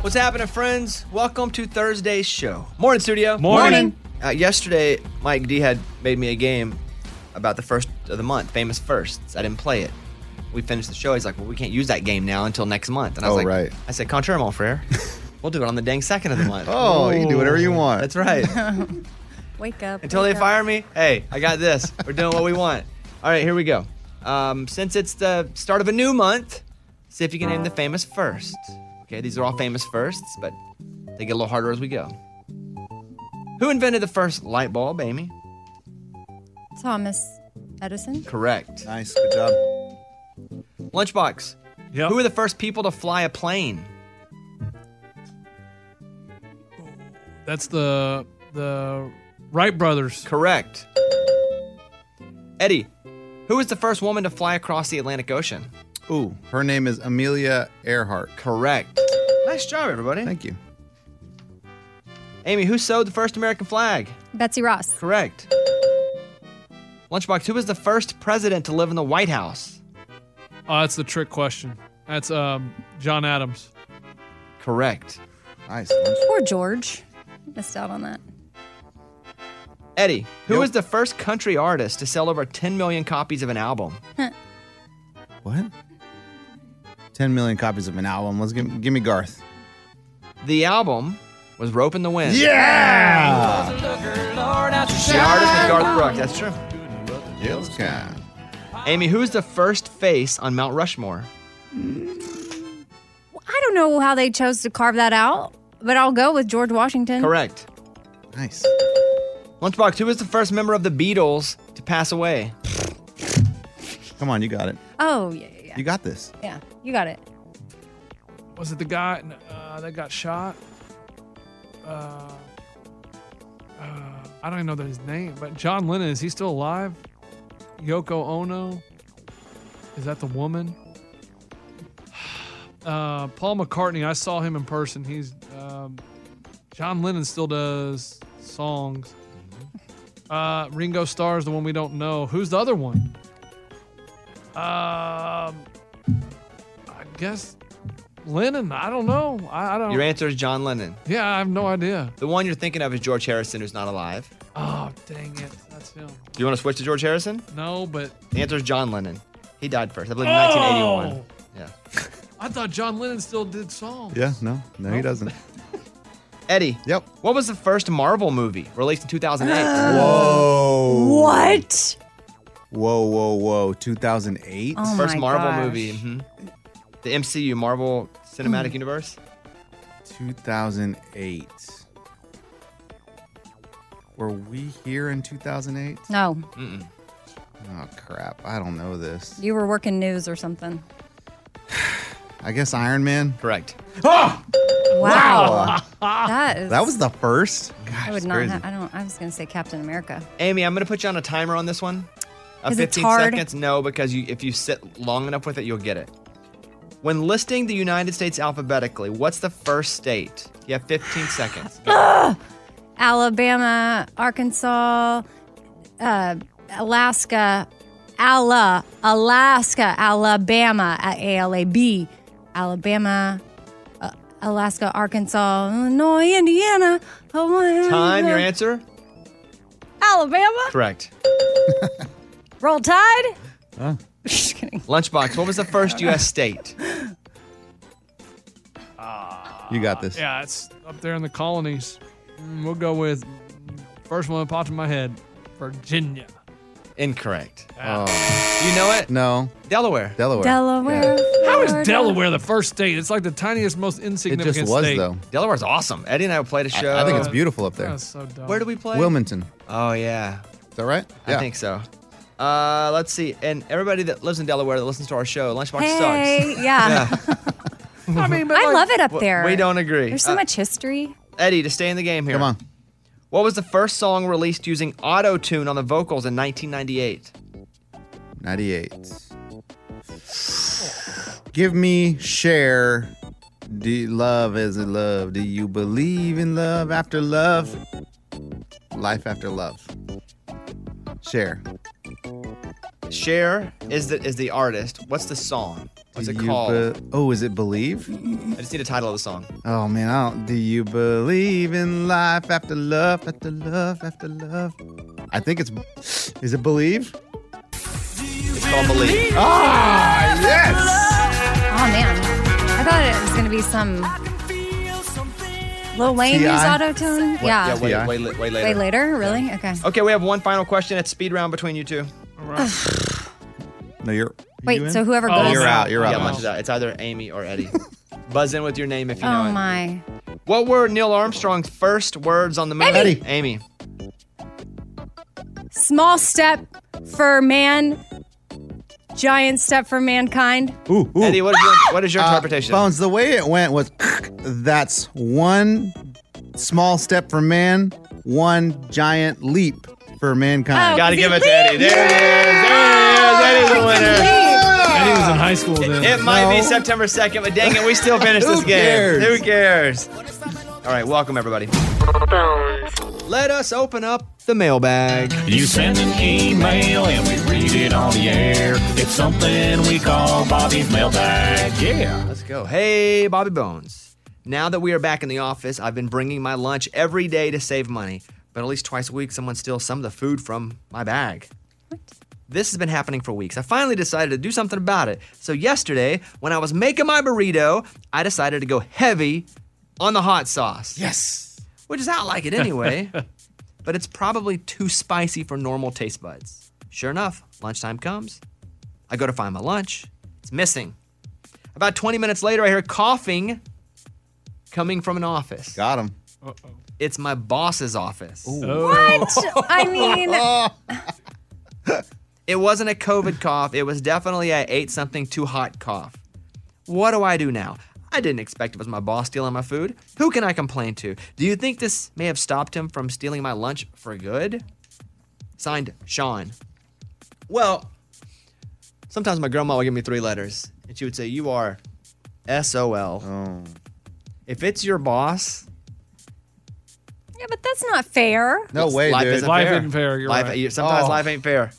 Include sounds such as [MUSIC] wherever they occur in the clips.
What's happening, friends? Welcome to Thursday's show. Morning, studio. Morning. Uh, yesterday, Mike D had made me a game about the first of the month, famous firsts. I didn't play it. We finished the show. He's like, "Well, we can't use that game now until next month." And I was Oh, like, right. "I said, contraire, mon [LAUGHS] frere. we'll do it on the dang second of the month." Oh, you can do whatever you want. That's [LAUGHS] right. Wake up. Until they wake up. fire me, hey, I got this. We're doing what we want. [LAUGHS] All right, here we go. Um, since it's the start of a new month, see if you can name the famous first. Okay, these are all famous firsts, but they get a little harder as we go. Who invented the first light bulb, Amy? Thomas Edison. Correct. nice. Good job. Lunchbox. Yep. Who were the first people to fly a plane? That's the the Wright brothers. Correct. Eddie. Who was the first woman to fly across the Atlantic Ocean? Ooh, her name is Amelia Earhart. Correct. Nice job, everybody. Thank you. Amy, who sewed the first American flag? Betsy Ross. Correct. Lunchbox, who was the first president to live in the White House? Oh, that's the trick question. That's um, John Adams. Correct. Nice. Poor George. Missed out on that. Eddie, who Yep. was the first country artist to sell over 10 million copies of an album? What? Ten million copies of an album. Let's give, give me Garth. The album was Rope in the Wind. Yeah. The artist was Garth Brooks. That's true. Jill's guy. Amy, who is the first face on Mount Rushmore? Well, I don't know how they chose to carve that out, but I'll go with George Washington. Correct. Nice. Lunchbox, who was the first member of the Beatles to pass away? Come on, you got it. Oh, yeah, yeah, yeah. You got this. Yeah, you got it. Was it the guy uh, that got shot? Uh, uh, I don't even know his name, but John Lennon is he still alive? Yoko Ono, is that the woman? [SIGHS] Uh, Paul McCartney, I saw him in person. He's um, John Lennon still does songs. Uh, Ringo Starr is the one we don't know. Who's the other one? Um, I guess Lennon. I don't know. I, I don't. Your answer is John Lennon. Oh. Yeah, I have no idea. The one you're thinking of is George Harrison, who's not alive. Oh, dang it. That's him. Do you want to switch to George Harrison? No, but. The answer is John Lennon. He died first, I believe, in 1981. Oh! Yeah. I thought John Lennon still did songs. Yeah. No. No, he doesn't. [LAUGHS] Eddie. Yep. What was the first Marvel movie released in 2008? [GASPS] Whoa. What? Whoa. Whoa. Whoa. 2008. Oh first my Marvel gosh. movie. mhm. The MCU, Marvel Cinematic Hmm. Universe. 2008. Were we here in 2008? No, Oh crap! I don't know this. you were working news or something. I guess Iron Man. Correct. Wow. [LAUGHS] that is. Ah! That was the first. Gosh, I would it's not. crazy. Ha- I don't. I was gonna say Captain America. Amy, I'm going to put you on a timer on this one. Uh, Is it 15 hard? seconds? No, because you, if you sit long enough with it, you'll get it. When listing the United States alphabetically, what's the first state? You have 15 [LAUGHS] seconds. Alabama, Arkansas, uh, Alaska, Ala, Alaska, Alabama, A L A B, Alabama, uh, Alaska, Arkansas, Illinois, Indiana, Hawaii, Time, your answer? Alabama, Correct. Roll Tide. Just kidding. Lunchbox, what was the first U.S. state? Ah. you got this. Yeah, it's up there in the colonies. Mm, We'll go with first one that popped in my head Virginia. Incorrect. Ah. Oh, You know it? no, Delaware. Delaware. Delaware. How is Florida. Delaware the first state? It's like the tiniest, most It insignificant just was state. though. Delaware's awesome. Eddie and I played a show. I think it's beautiful up there. That's so dumb. Where do we play? Wilmington. Oh yeah, Is that right? I think so. Uh, let's see. And everybody that lives in Delaware that listens to our show, Lunchbox Hey, [LAUGHS] yeah. [LAUGHS] I mean, but I like, love it up sucks. there. We don't agree. There's so Uh, much history. Eddie, to stay in the game here. Come on. What was the first song released using auto tune on the vocals in 1998? 98. Give me share. Do you- love is it love? Do you believe in love after love? Life after love. Share. Cher is the is the artist. What's the song? What's it Do you called? be- oh, is it Believe? I just need a title of the song. Oh man, I don't, do you believe in life after love, after love, after love? I think it's. Is it Believe? It's called Believe. Ah, yes. Oh man, I thought it was gonna be some Lil Wayne T.I.? used auto tune. Yeah, Yeah, way, Yeah. way, li- way later. way later. Really? Okay. Okay, we have one final question. It's speed round between you two. All right. No, you're. you Wait, in? so whoever Oh, goes. You're out. You're out. Yeah, lunch is out. It's either Amy or [LAUGHS] Eddie. Buzz in with your name if you know Oh it. my. What were Neil Armstrong's first words on the moon? Eddie. Amy. Small step for man, giant step for mankind. Ooh, ooh. Eddie, what is your, what is your Uh, interpretation? Bones, the way it went was [LAUGHS] that's one small step for man, one giant leap for mankind. Oh, Gotta Oh, Is give he it to Eddie. There it is. There it is. Eddie's the winner. Eddie was in high school then. It might be No. September 2nd, but dang it, we still finished this [LAUGHS] Who game. cares? Who cares? All right, welcome everybody. Let us open up the mailbag. You send an email and we read it on the air. It's something we call Bobby's mailbag. Yeah. Let's go. Hey, Bobby Bones. Now that we are back in the office, I've been bringing my lunch every day to save money, but at least twice a week, someone steals some of the food from my bag. This has been happening for weeks. I finally decided to do something about it. So, yesterday, when I was making my burrito, I decided to go heavy on the hot sauce. yes. which is how I like it [LAUGHS] [LAUGHS] anyway. but it's probably too spicy for normal taste buds. Sure enough, lunchtime comes. I go to find my lunch. It's missing. About 20 minutes later, I hear coughing coming from an office. Got him. It's my boss's office. Oh, I [LAUGHS] mean, Oh. It wasn't a COVID cough. It was definitely I ate something too hot cough. What do I do now? I didn't expect it was my boss stealing my food. Who can I complain to? Do you think this may have stopped him from stealing my lunch for good? Signed, Sean. Well, sometimes my grandma would give me three letters, and she would say, You are SOL. If it's your boss, yeah, but that's not fair. No way, life dude. Isn't Life fair. ain't fair, you're Life- right. you- Sometimes Oh. life ain't fair.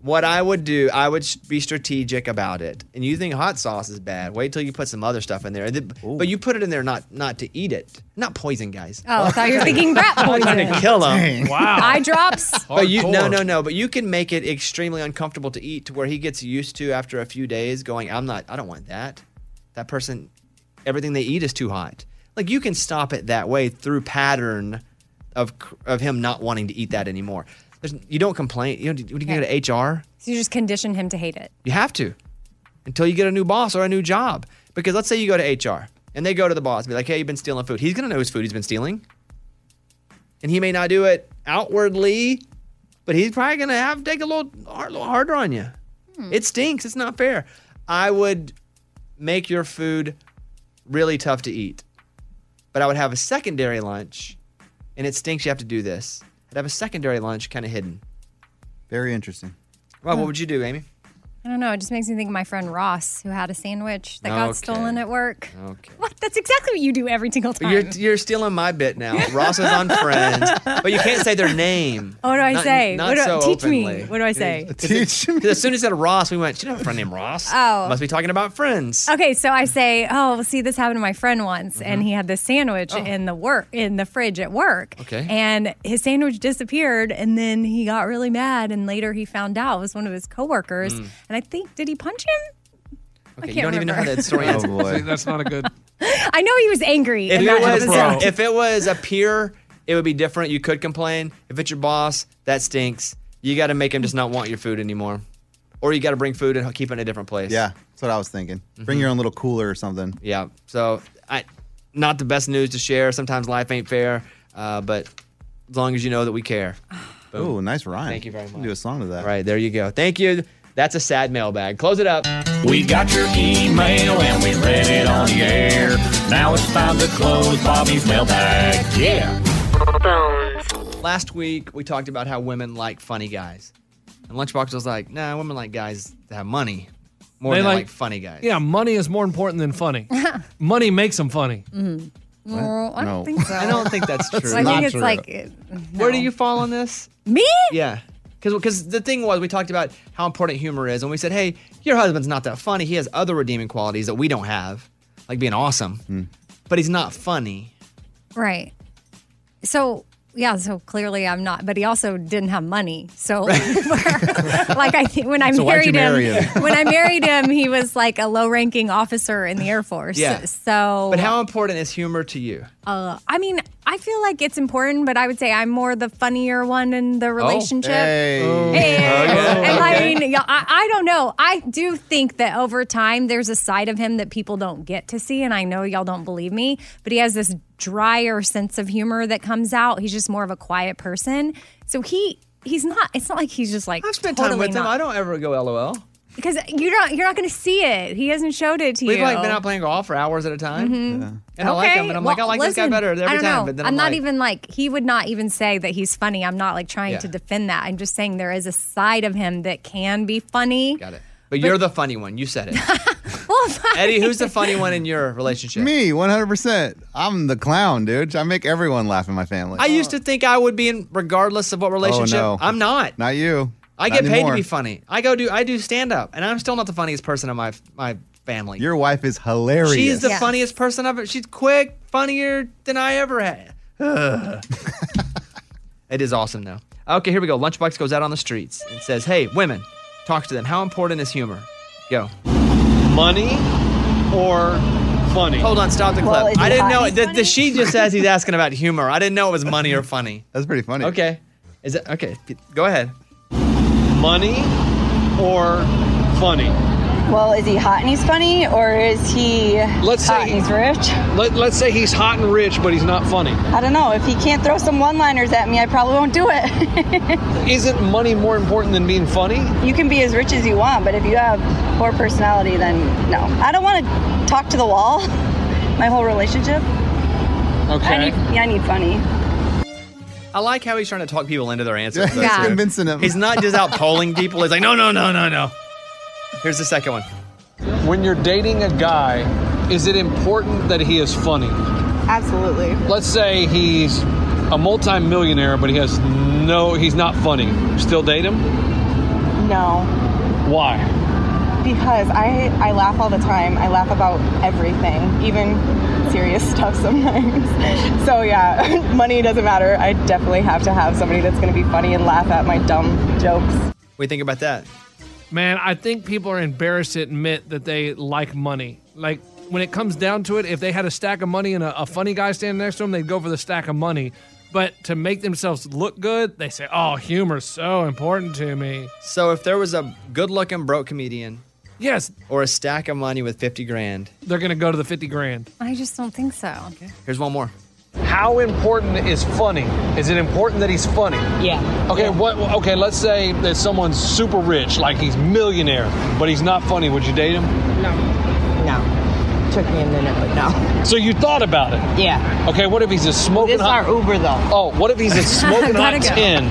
What I would do, I would s- be strategic about it. And you think hot sauce is bad? Wait till you put some other stuff in there. And then- but you put it in there not not to eat it, not poison, guys. Oh, [LAUGHS] I thought you were thinking rat I'm not trying to poison. kill them. Dang. wow. [LAUGHS] Eye drops. [LAUGHS] But you no Hardcore. no no. But you can make it extremely uncomfortable to eat to where he gets used to after a few days going. I'm not. I don't want that. That person, everything they eat is too hot. Like you can stop it that way through pattern of c- of him not wanting to eat that anymore. There's, you don't complain. You don't, you can go to HR. So you just condition him to hate it. You have to until you get a new boss or a new job. Because let's say you go to HR and they go to the boss and be like, hey, you've been stealing food. He's going to know whose food he's been stealing. And he may not do it outwardly, but he's probably going to have to take a little, hard, little harder on you. It stinks. It's not fair. I would make your food really tough to eat, but I would have a secondary lunch, and it stinks you have to do this. I'd have a secondary lunch kind of hidden. Very interesting. Well, what would you do, Amy? I don't know. It just makes me think of my friend Ross, who had a sandwich that Okay. got stolen [LAUGHS] at work. Okay. What? That's exactly what you do every single time. You're, you're stealing my bit now. Ross is on Friends, but you can't say their name. Oh, what do I Not- say? not what do, so teach openly. me. What do I say? Teach me. 'Cause As soon as it said Ross, we went, "Do you know a friend named Ross? Oh. Must be talking about Friends. Okay, so I say, "Oh, well, see, this happened to my friend once, Mm-hmm. and he had this sandwich in the work in the fridge at work. Oh. Okay. and his sandwich disappeared, and then he got really mad, and later he found out it was one of his coworkers, Mm. and I think did he punch him? [LAUGHS] Okay, you can't don't even know how remember. that story [LAUGHS] Oh ends. See, boy. that's not [LAUGHS] a good. I know he was angry. If and it, that was, helps out. [LAUGHS] if it was a peer, it would be different. You could complain. If it's your boss, that stinks. You got to make him just not want your food anymore. Or you got to bring food and keep it in a different place. Yeah, that's what I was thinking. Bring your own little cooler or something. Mm-hmm. Yeah. So, I, not the best news to share. Sometimes life ain't fair, uh, but as long as you know that we care. Oh, nice rhyme. Thank you very can much. Do a song to that. All right, there you go. Thank you. That's a sad mailbag. Close it up. We got your email and we read it on the air. Now it's time to close Bobby's mailbag. Yeah. Last week, we talked about how women like funny guys. And Lunchbox was like, nah, women like guys that have money more They than they like, like- funny guys. Yeah, money is more important than funny. money makes them funny. No, I don't No. think so. [LAUGHS] I don't think that's true. I not think it's true. like uh, Where do you fall on this? me. Yeah. because because the thing was we talked about how important humor is, and we said, hey, your husband's not that funny. He has other redeeming qualities that we don't have, like being awesome, Hmm. but he's not funny. [LAUGHS] Right. So yeah, so clearly I'm not. But he also didn't have money. [LAUGHS] So [LAUGHS] like I think when I So why'd you married him, marry him? when I married him, he was like a low ranking officer in the Air Force. Yeah. So But how important is humor to you? uh, I mean, I feel like it's important, but I would say I'm more the funnier one in Oh, the relationship. Hey. And, Okay. and I mean, yeah, I, I don't know. I do think that over time, there's a side of him that people don't get to see. And I know y'all don't believe me, but he has this drier sense of humor that comes out. He's just more of a quiet person. So he. He's not. It's not like he's just like I've spent time totally with him. not. I don't ever go LOL. because you're not. You're not going to see it. He hasn't showed it to We've you. Mm-hmm. like been out playing golf for hours at a time, and I like him, and I'm like, I well, like this guy listen, better every I don't time. Know. But then I'm, I'm, not like, even like he would not even say that he's funny. I'm not like trying Yeah. to defend that. I'm just saying there is a side of him that can be funny. Got it. But, you're the funny one. You [LAUGHS] said it, [LAUGHS] Well, if I- Eddie. Who's the funny one in your relationship? Me, 100%. I'm the clown, dude. I make everyone laugh in my family. I used to think I would be in, regardless of what relationship. Oh, no. I'm not. Not you. I Not get paid anymore. to be funny. I go do I do stand up, and I'm still not the funniest person in my my family. Your wife is hilarious. She's the Yeah. funniest person I've ever. She's quick, funnier than I ever had. Ugh. it is awesome though. Okay, here we go. Lunchbox goes out on the streets and says, "Hey, women, talk to them. How important is humor? Go. Money or funny? Hold on, stop the clip. Well, is I it didn't hot know. and The, funny? the sheet just says he's asking about humor. I didn't know it was money or funny. [LAUGHS] That's pretty funny. Okay, is it okay? Go ahead. Money or funny? Well, is he hot and he's funny, or is he Let's hot say- and he's rich? Let, let's say he's hot and rich, but he's not funny. I don't know. If he can't throw some one-liners at me, I probably won't do it. [LAUGHS] Isn't money more important than being funny? you can be as rich as you want, but if you have poor personality, then no. I don't want to talk to the wall. [LAUGHS] My whole relationship. I Okay. need, yeah, I need funny. I like how he's trying to talk people into their answers. though, He's Yeah. too. convincing him. He's not just out polling people. He's like, no, no, no, no, no. Here's the second one. When you're dating a guy, is it important that he is funny? Absolutely. Let's say he's a multimillionaire, but he has no, he's not funny. Still date him? No, Why? because I I laugh all the time. I laugh about everything, even serious [LAUGHS] stuff sometimes. so yeah, [LAUGHS] money doesn't matter. I definitely have to have somebody that's going to be funny and laugh at my dumb jokes. What do you think about that? Man, I think people are embarrassed to admit that they like money. Like when it comes down to it, if they had a stack of money and a, a funny guy standing next to them, they'd go for the stack of money. But to make themselves look good, they say, "Oh, humor's so important to me." So if there was a good-looking broke comedian Yes, or a stack of money with 50 grand, they're gonna go to the fifty grand. I just don't think so. here's one more. How important is funny? Is it important that he's funny? Yeah. Okay, what? Okay, let's say that someone's super rich, like he's millionaire, but he's not funny. Would you date him? No. No. Took me a minute, but no. So you thought about it. Yeah. Okay, what if he's a smoking This is hot? our Uber though. oh, what if he's [LAUGHS] a smoking Gotta hot go. ten,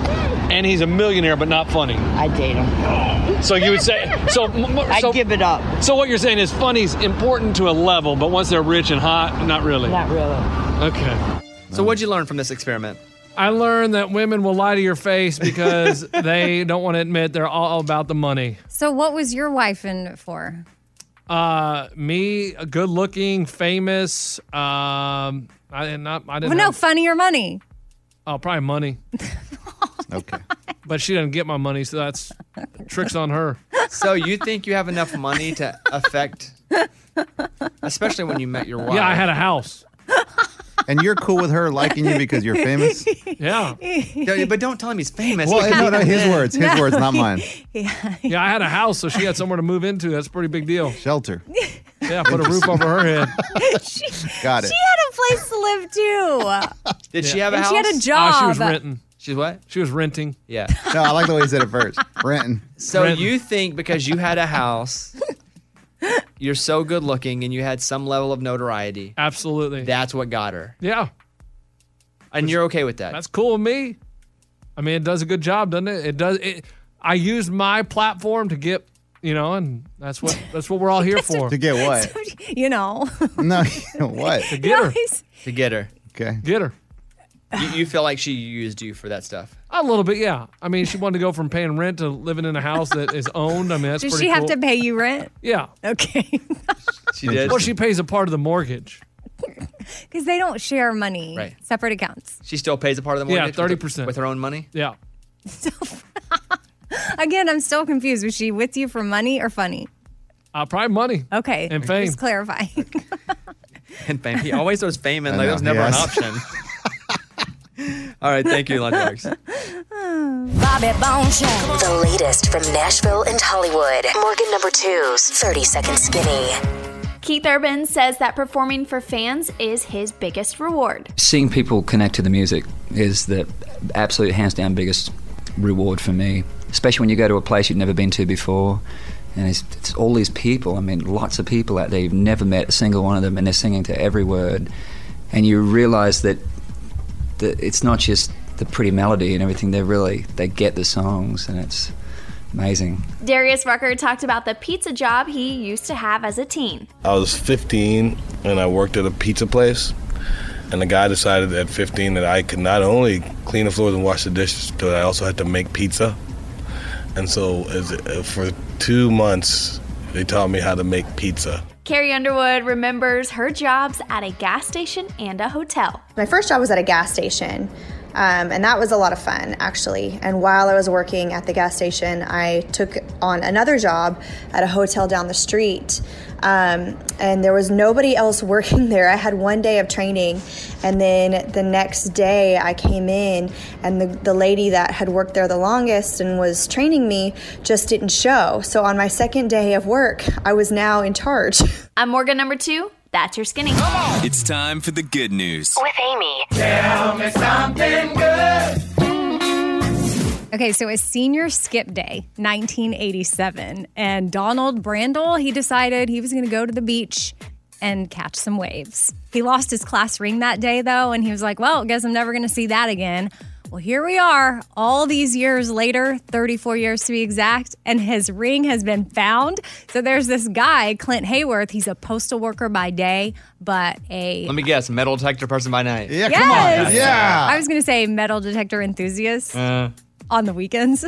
and he's a millionaire but not funny? I date him. So you would say so. m- m- I so, give it up. so what you're saying is funny's important to a level, but once they're rich and hot, not really. Not really. Okay. So what'd you learn from this experiment? I learned that women will lie to your face because [LAUGHS] they don't want to admit they're all about the money. So what was your wife in for? Uh, me, a good looking, famous. Um, I did not. I didn't. Well, no, have- funny or money. [LAUGHS] oh, probably money. Okay. But she doesn't get my money, [LAUGHS] so that's tricks on her. So you think you have enough money [LAUGHS] to affect, especially when you met your wife? Yeah, I had a house. [LAUGHS] And you're cool with her liking you because you're famous? Yeah, Yeah, but don't tell him he's famous. Well, no, no, [LAUGHS] his words. His No. words, [LAUGHS] not mine. yeah, I had a house, so she had somewhere to move into. That's a pretty big deal. Shelter. Yeah, put a roof over her head. Got it. She had a place to live too. [LAUGHS] [LAUGHS] Did she have a and house? she had a job. Ah, she was renting. She's what? She was renting. Yeah. No, I like the way he said it first. Renton. So Rent. you think because you had a [LAUGHS] house, you're so good looking and you had some level of notoriety, Absolutely. that's what got her. yeah, And you're okay with that. that's cool with me. I mean, it does a good job, doesn't it? It does. It, I use my platform to get, you know, and that's what that's what [LAUGHS] we're all here for. To To [LAUGHS] get what? you know. [LAUGHS] No, what? get her, He's- to get her. Okay. get her. You, you feel like she used you for that stuff. A little bit, yeah. I mean, she wanted to go from paying rent to living in a house that is owned. I mean, that's Does pretty she have cool. to pay you rent? Yeah. Okay. [LAUGHS] She did. Well, she pays a part of the mortgage. Because they don't share money. Right. Separate accounts. She still pays a part of the Yeah, mortgage. with her- 30%. with her own money. Yeah. Again, I'm still confused. Was she with you for money or funny? Uh, probably money. Okay. And fame. Just clarifying. [LAUGHS] And fame. He always throws fame in. I Like that know, was never yes. an [LAUGHS] option. All right, thank you, Lunchbox. Bobby Bones Show. The latest from Nashville and Hollywood. Morgan number two's 30 Second Skinny. Keith Urban says that performing for fans is his biggest reward. seeing people connect to the music is the absolute hands down biggest reward for me especially when you go to a place you've never been to before and it's, it's all these people i mean lots of people out there you've never met a single one of them and they're singing to every word and you realize that, that it's not just the pretty melody and everything they really they get the songs and it's amazing Darius Rucker talked about the pizza job he used to have as a teen. I was 15 and I worked at a pizza place. And the guy decided at 15 that I could not only clean the floors and wash the dishes, but I also had to make pizza. And so as, uh, for two months, they taught me how to make pizza. Carrie Underwood remembers her jobs at a gas station and a hotel. My first job was at a gas station, um, and that was a lot of fun, actually. And while I was working at the gas station, I took on another job at a hotel down the street. Um, and there was nobody else [LAUGHS] working there. I had one day of training, and then the next day I came in, and the, the lady that had worked there the longest and was training me just didn't show. So on my second day of work, I was now in charge. [LAUGHS] I'm Morgan number two. That's your skinny. It's time for the good news. With Amy. Tell me something good. Okay, so it's senior skip day, 1987, and Donald Brandel, he decided he was going to go to the beach and catch some waves. He lost his class ring that day though, and he was like, "Well, guess I'm never going to see that again." Well, here we are, all these years later, 34 years to be exact, and his ring has been found. So there's this guy, Clint Hayworth, he's a postal worker by day, but a Let me guess, metal detector person by night. Yeah, Yes. Yeah. I was going to say metal detector enthusiast Uh, on the weekends.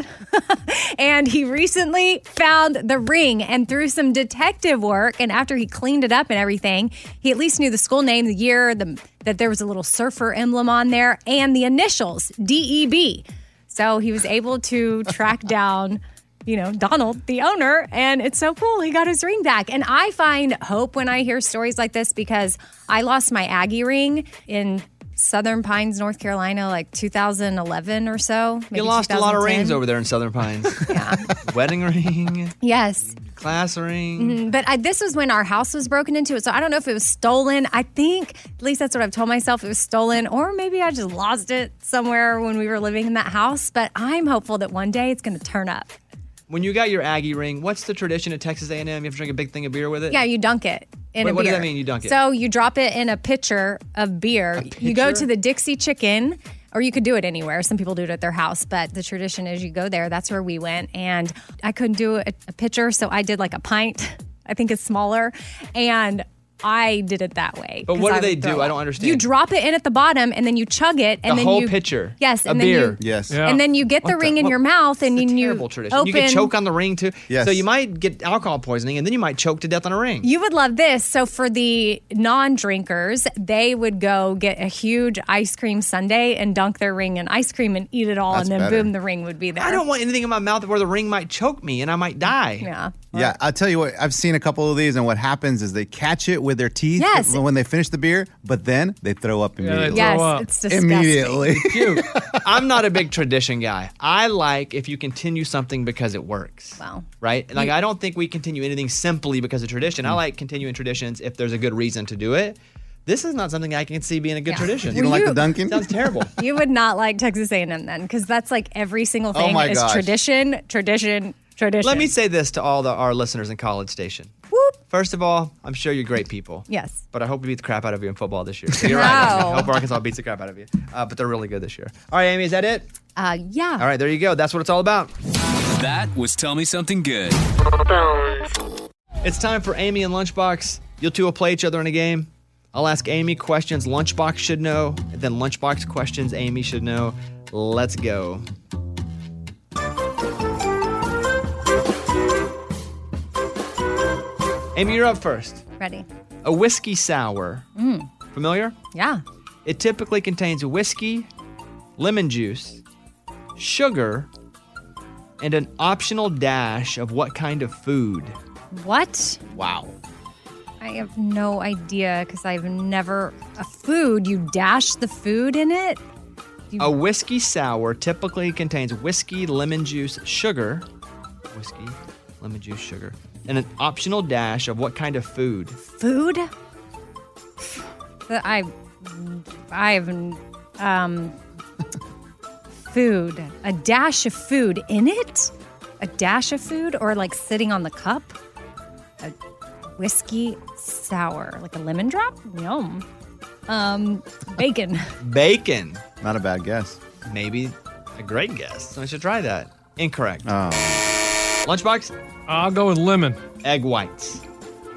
and he recently found the ring and through some detective work and after he cleaned it up and everything, he at least knew the school name, the year, the, that there was a little surfer emblem on there and the initials, DEB. So he was able to [LAUGHS] track down you know, Donald, the owner, and it's so cool. He got his ring back. And I find hope when I hear stories like this because I lost my Aggie ring in Southern Pines, North Carolina, like 2011 or so. you maybe lost a lot of 2010. rings over there in Southern Pines. [LAUGHS] yeah. [LAUGHS] Wedding ring, Yes. class ring. Mhm. But I, this was when our house was broken into. So I don't know if it was stolen. I think, at least that's what I've told myself, it was stolen. Or maybe I just lost it somewhere when we were living in that house. But I'm hopeful that one day it's going to turn up. When you got your Aggie ring, what's the tradition at Texas A&M? You have to drink a big thing of beer with it. Yeah, you dunk it Wait, in a beer. what does that mean, you dunk it? So you drop it in a pitcher of beer. You go pitcher? to the Dixie Chicken, or you could do it anywhere. Some people do it at their house, but the tradition is you go there. That's where we went, and I couldn't do a, a pitcher, so I did like a pint. [LAUGHS] I think it's smaller, and. I did it that way. But 'cause what do I would they do? throw I up. don't understand. You drop it in at the bottom, and then you chug it, and the then whole you pitcher. Yes, a and then beer. you- Yes. and then you get the ring in your mouth, and then you Terrible tradition. open. You can choke on the ring too. Yes. So you might get alcohol poisoning, and then you might choke to death on a ring. You would love this. So for the non-drinkers, they would go get a huge ice cream sundae and dunk their ring in ice cream and eat it all, That's and then better. boom, the ring would be there. I don't want anything in my mouth where the ring might choke me and I might die. Yeah. Yeah, I'll tell you what. I've seen a couple of these, and what happens is they catch it with their teeth Yes. when they finish the beer, but then they throw up they immediately. throw Yes, up. it's disgusting. [LAUGHS] Immediately. Dude, I'm not a [LAUGHS] big tradition guy. I like if you continue something because it works. Wow. Right? Like, I don't think we continue anything simply because of tradition. Hmm. I like continuing traditions if there's a good reason to do it. This is not something I can see being a good Yeah. tradition. you don't like you- the Dunkin'? Sounds terrible. You would not like Texas A&M then, because that's like every single Oh thing my is gosh. tradition, tradition, [LAUGHS] tradition. Let me say this to all the, our listeners in College Station. Whoop. First of all, I'm sure you're great people. Yes. But I hope we beat the crap out of you in football this year. You're right. No. I hope Arkansas beats the crap out of you. Uh, but they're really good this year. All right, Amy, is that it? Uh, yeah. All right, there you go. That's what it's all about. That was Tell Me Something Good. It's time for Amy and Lunchbox. You'll two will play each other in a game. I'll ask Amy questions Lunchbox should know, and then Lunchbox questions Amy should know. Let's go. Amy, you're up first. Ready? A whiskey sour. Mm, Familiar? yeah. It typically contains whiskey, lemon juice, sugar, and an optional dash of what kind of food? What? Wow. I have no idea because I've never a food. You dash the food in it. A whiskey sour typically contains whiskey, lemon juice, sugar, whiskey, lemon juice, sugar, and an optional dash of what kind of food? Food. But I, I have um, food. A dash of food in it. A dash of food, or like sitting on the cup. A whiskey sour, like a lemon drop. Yum. Um, bacon. [LAUGHS] Bacon. Not a bad guess. Maybe a great guess. So I should try that. Incorrect. Oh. Lunchbox? I'll go with lemon. Egg whites.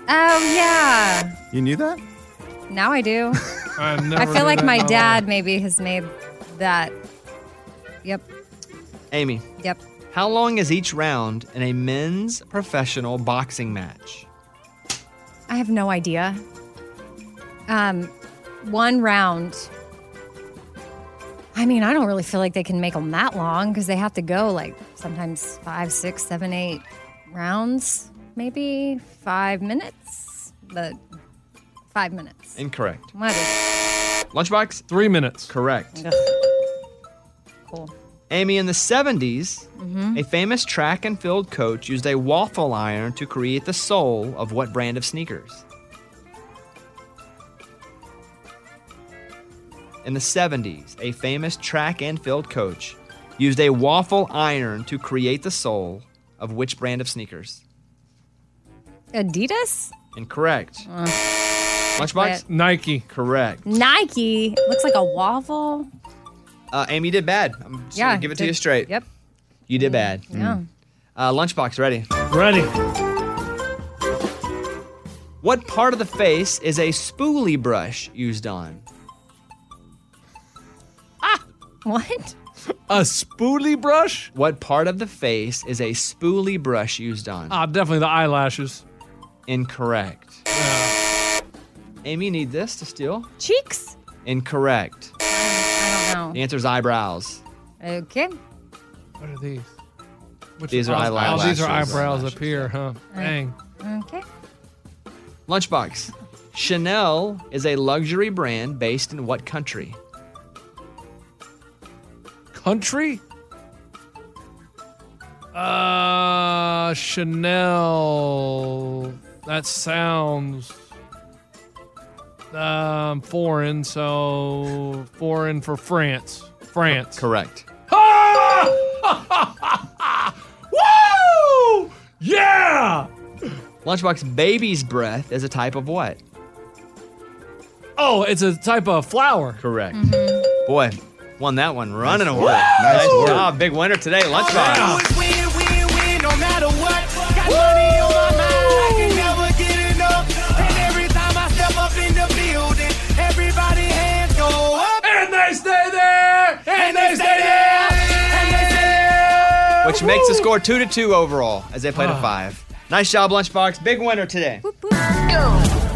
oh yeah. You knew that? Now I do. I, I feel like my dad maybe has made that. Yep. Amy, Yep. how long is each round in a men's professional boxing match? I have no idea. Um, one round. I mean, I don't really feel like they can make them that long because they have to go like sometimes five, six, seven, eight rounds, maybe five minutes, but five minutes. Incorrect. What is- Lunchbox? Three minutes. Correct. Ugh. Cool. Amy, in the 70s, Mhm. a famous track and field coach used a waffle iron to create the sole of what brand of sneakers? In the 70s, a famous track and field coach used a waffle iron to create the sole of which brand of sneakers? Adidas? Incorrect. Ugh. Lunchbox? Quit. Nike. Correct. Nike. Looks like a waffle. Uh, Amy, you did bad. I'm just Yeah, gonna give it to did- you straight. Hmm. Yep. You did bad. Yeah. [LAUGHS] Uh, lunchbox, ready? Ready. What part of the face is a spoolie brush used on? What? A spoolie brush? What part of the face is a spoolie brush used on? Ah, definitely the eyelashes. Incorrect. Amy, you need this to steal? Cheeks? Incorrect. I don't The answer is eyebrows. know. Okay. What are these? These are oh, eyelashes. Oh, these are eyebrows up here, huh? Dang. Okay. Lunchbox. Chanel is a luxury brand based in what country? Country? Uh, Chanel. That sounds um foreign. So foreign for France. France. Correct. Woo! Yeah! Lunchbox, baby's breath is a type of what? Oh, it's a type of flower. Correct. Mm-hmm. Boy, won that one running away. Nice Nice work. job. Big winner today, Lunchbox. And they stay there! And they stay there! Which makes the score two to two overall as they play Ah. to five. Nice job, Lunchbox. Big winner today.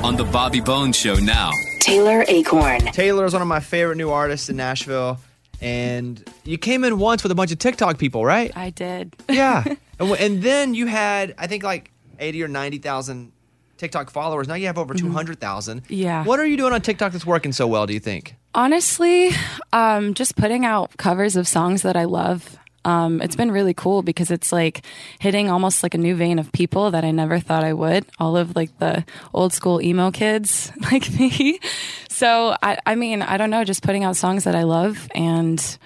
On the Bobby Bones Show now. Taylor Acorn. Taylor is one of my favorite new artists in Nashville. And you came in once with a bunch of TikTok people, right? I did. [LAUGHS] Yeah. and, w- and then you had, I think, like 80 or 90,000 TikTok followers. Now you have over 200,000. Mm-hmm. Yeah. What are you doing on TikTok that's working so well, do you think? [LAUGHS] Honestly, um, just putting out covers of songs that I love. Um, it's been really cool because it's like hitting almost like a new vein of people that I never thought I would. All of like the old school emo kids [LAUGHS] like me. So I, I mean, I don't know, just putting out songs that I love and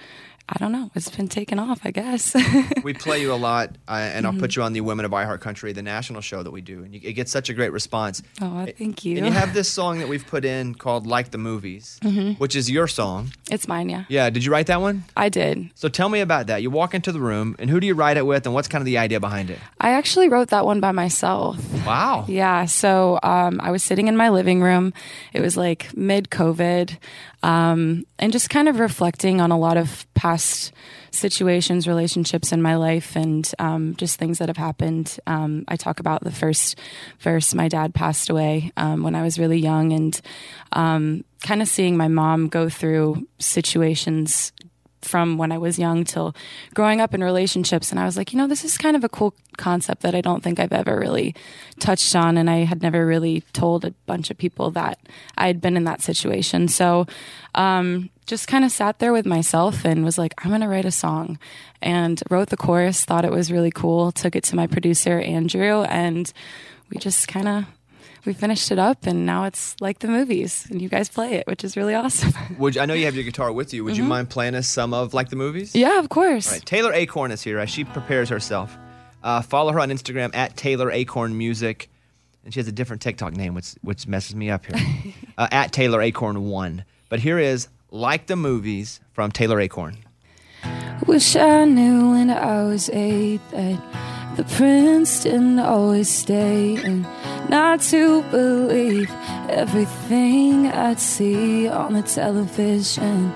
I don't know. It's been taken off, I guess. [LAUGHS] Oh, we play you a lot, uh, and I'll Mhm. put you on the Women of iHeartCountry, the national show that we do, and you, it gets such a great response. oh, thank you. And you have this song that we've put in called "Like the Movies," Mhm. which is your song. It's mine, yeah. Yeah, did you write that one? I did. So tell me about that. You walk into the room, and who do you write it with, and what's kind of the idea behind it? I actually wrote that one by myself. Wow. Yeah. So um, I was sitting in my living room. It was like mid COVID um, and just kind of reflecting on a lot of past situations, relationships in my life, and um, just things that have happened. Um, I talk about the first verse my dad passed away um, when I was really young and um, kind of seeing my mom go through situations from when I was young till growing up in relationships. And I was like, you know, this is kind of a cool concept that I don't think I've ever really touched on. And I had never really told a bunch of people that I had been in that situation. So um, just kind of sat there with myself and was like, I'm going to write a song. And wrote the chorus, thought it was really cool, took it to my producer, Andrew, and we just kind of. We finished it up and now it's like the movies and you guys play it, which is really awesome. [LAUGHS] Would you- I know you have your guitar with you? Would you Mm-hmm. Mhm. mind playing us some of "Like the Movies"? yeah, of course. All right, Taylor Acorn is here. Uh, She prepares herself. Uh, follow her on Instagram at Taylor Acorn Music, and she has a different TikTok name, which which messes me up [LAUGHS] here. uh, at Taylor Acorn One. But here is like the movies from Taylor Acorn. Wish I knew when I was eight that the prince didn't always stay, and not to believe everything I'd see on the television.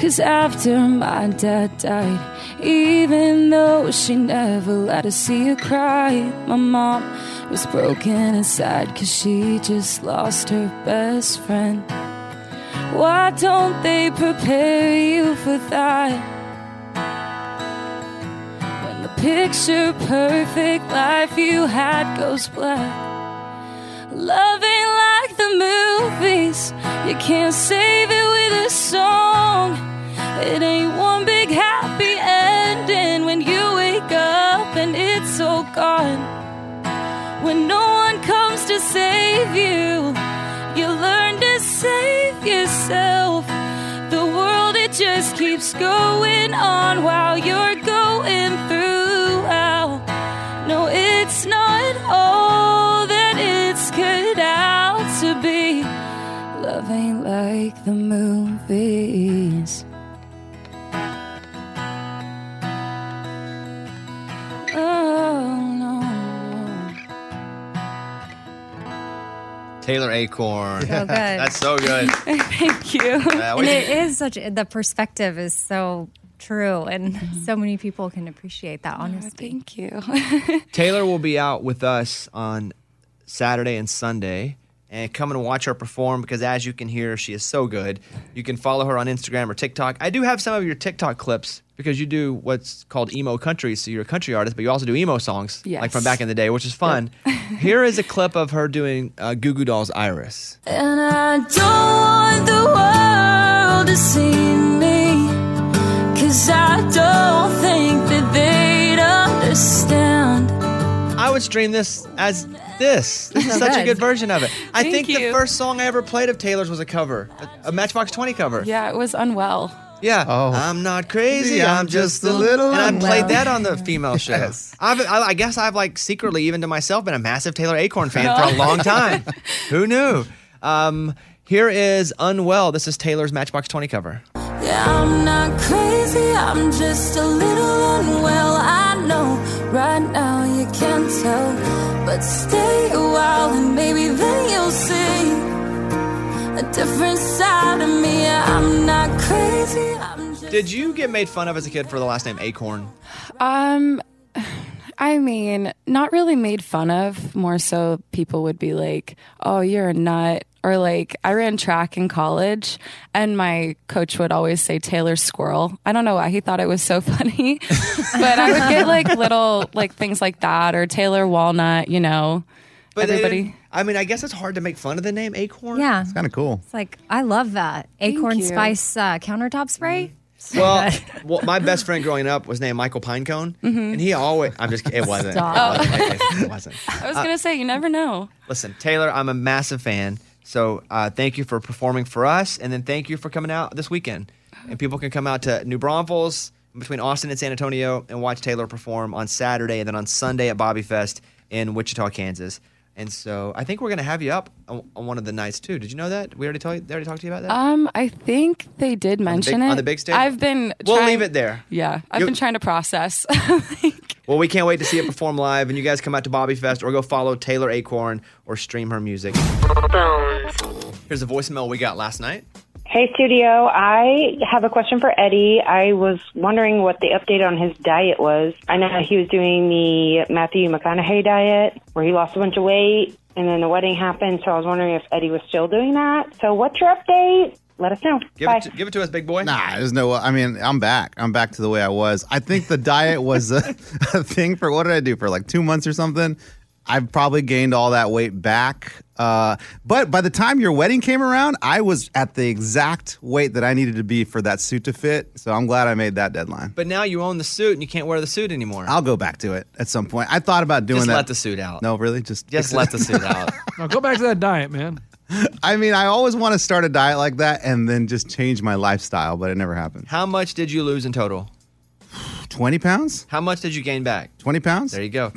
Cause after my dad died, even though she never let us see her cry, my mom was broken inside cause she just lost her best friend. Why don't they prepare you for that? When the picture perfect life you had goes black. Love ain't like the movies. You can't save it with a song. It ain't one big happy ending when you wake up and it's all gone. When no one comes to save you, you learn to save yourself. The world, it just keeps going on while you're going through hell. No, it's not all that it's cut out to be. Love ain't like the movies. Oh, no, no. Taylor Acorn. [LAUGHS] So good. That's so good. [LAUGHS] Thank you. Yeah, Uh, we- and it is such the perspective is so true, and Mm-hmm. so many people can appreciate that honesty. thank you. Taylor will be out with us on Saturday and Sunday. And come and watch her perform because, as you can hear, she is so good. You can follow her on Instagram or TikTok. I do have some of your TikTok clips because you do what's called emo country. So you're a country artist, but you also do emo songs, like from Yes. back in the day, which is fun. Here is a clip of her doing uh, Goo Goo Dolls Iris. And I don't want the world to see me. Cause I don't think that they'd understand. I would stream this as this. This [LAUGHS] is So such a good. good version of it. I Thank think the first song I ever played of Taylor's was a cover, a, a Matchbox 20 cover. Yeah, it was unwell. Yeah. Oh. I'm not crazy. Yeah, I'm just a little. And I played that on the female show. I've, I, I guess I've like secretly, even to myself, been a massive Taylor Acorn fan for a long [LAUGHS] time. Who knew? Um, here is Unwell. This is Taylor's Matchbox 20 cover. Yeah, I'm not crazy, I'm just a little unwell. I know right now you can't tell, but stay a while and maybe then you'll see a different side of me. I'm not crazy. Did you get made fun of as a kid for the last name Acorn? Um, I mean, not really made fun of. More so, people would be like, "Oh, you're a nut," or like, I ran track in college, and my coach would always say Taylor Squirrel. I don't know why he thought it was so [LAUGHS] funny, but I would get like little like things like that, or Taylor Walnut. You know, But it- everybody. [LAUGHS] I mean, I guess it's hard to make fun of the name Acorn. Yeah. kind of cool. It's like I love that acorn you. spice uh, countertop spray. Mm-hmm. [LAUGHS] Well, well, my best friend growing up was named Michael Pinecone, and he always. I'm just. kidding. It wasn't. It Stop. wasn't. It wasn't. It wasn't. I was Uh, gonna say, you never know. Listen, Taylor, I'm a massive fan. So uh, thank you for performing for us, and then thank you for coming out this weekend. And people can come out to New Braunfels between Austin and San Antonio and watch Taylor perform on Saturday and then on Sunday at Bobby Fest in Wichita, Kansas. And so I think we're going to have you up on, on one of the nights too. Did you know that? We already told you, they already talked to you about that? Um, I think they did On the big- mention it on the big stage? I've been. We'll trying- leave it there. Yeah, I've You- been trying to process. Well, we can't wait to see it perform live. And you guys come out to Bobby Fest or go follow Taylor Acorn or stream her music. Here's a voicemail we got last night. Hey, studio. I have a question for Eddie. I was wondering what the update on his diet was. I know he was doing the Matthew McConaughey diet where he lost a bunch of weight and then the wedding happened. So I was wondering if Eddie was still doing that. So, what's your update? Let us know. Bye. to, give it to us, big boy. Nah, there's no. I mean, I'm back. I'm back to the way I was. I think the diet was a, [LAUGHS] a thing for what did I do for like two months or something. I've probably gained all that weight back. Uh, but by the time your wedding came around, I was at the exact weight that I needed to be for that suit to fit. So I'm glad I made that deadline. But now you own the suit and you can't wear the suit anymore. I'll go back to it at some point. I thought about doing Just that. let the suit out. No, really, just [LAUGHS] Just let the suit out. [LAUGHS] Now go back to that diet, man. I mean, I always want to start a diet like that and then just change my lifestyle, but it never happened. How much did you lose in total? 20 pounds? How much did you gain back? 20 pounds? There you go.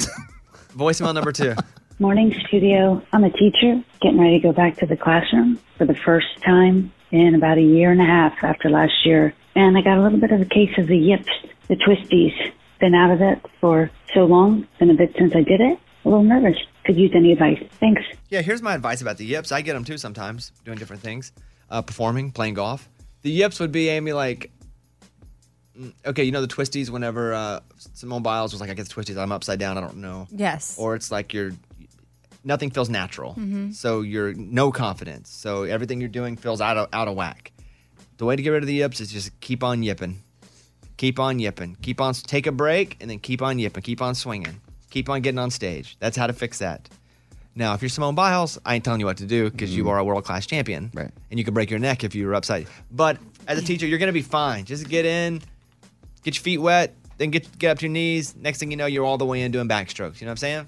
Voicemail number two. Morning studio. I'm a teacher getting ready to go back to the classroom for the first time in about a year and a half after last year. And I got a little bit of a case of the yips, the twisties. Been out of it for so long. Been a bit since I did it. A little nervous. Could use any advice. Thanks. Yeah, here's my advice about the yips. I get them too sometimes, doing different things, uh, performing, playing golf. The yips would be Amy like, mm, okay, you know the twisties. Whenever uh, Simone Biles was like, "I get the twisties. I'm upside down. I don't know." Yes. Or it's like you're, nothing feels natural. Mhm. So you're no confidence. So everything you're doing feels out of out of whack. The way to get rid of the yips is just keep on yipping, keep on yipping, keep on take a break, and then keep on yipping, keep on swinging, keep on getting on stage. That's how to fix that. Now, if you're Simone Biles, I ain't telling you what to do because you are a world class champion, right? And you could break your neck if you were upside. But as a teacher, you're gonna be fine. Just get in, get your feet wet, then get get up to your knees. Next thing you know, you're all the way in doing backstrokes. You know what I'm saying?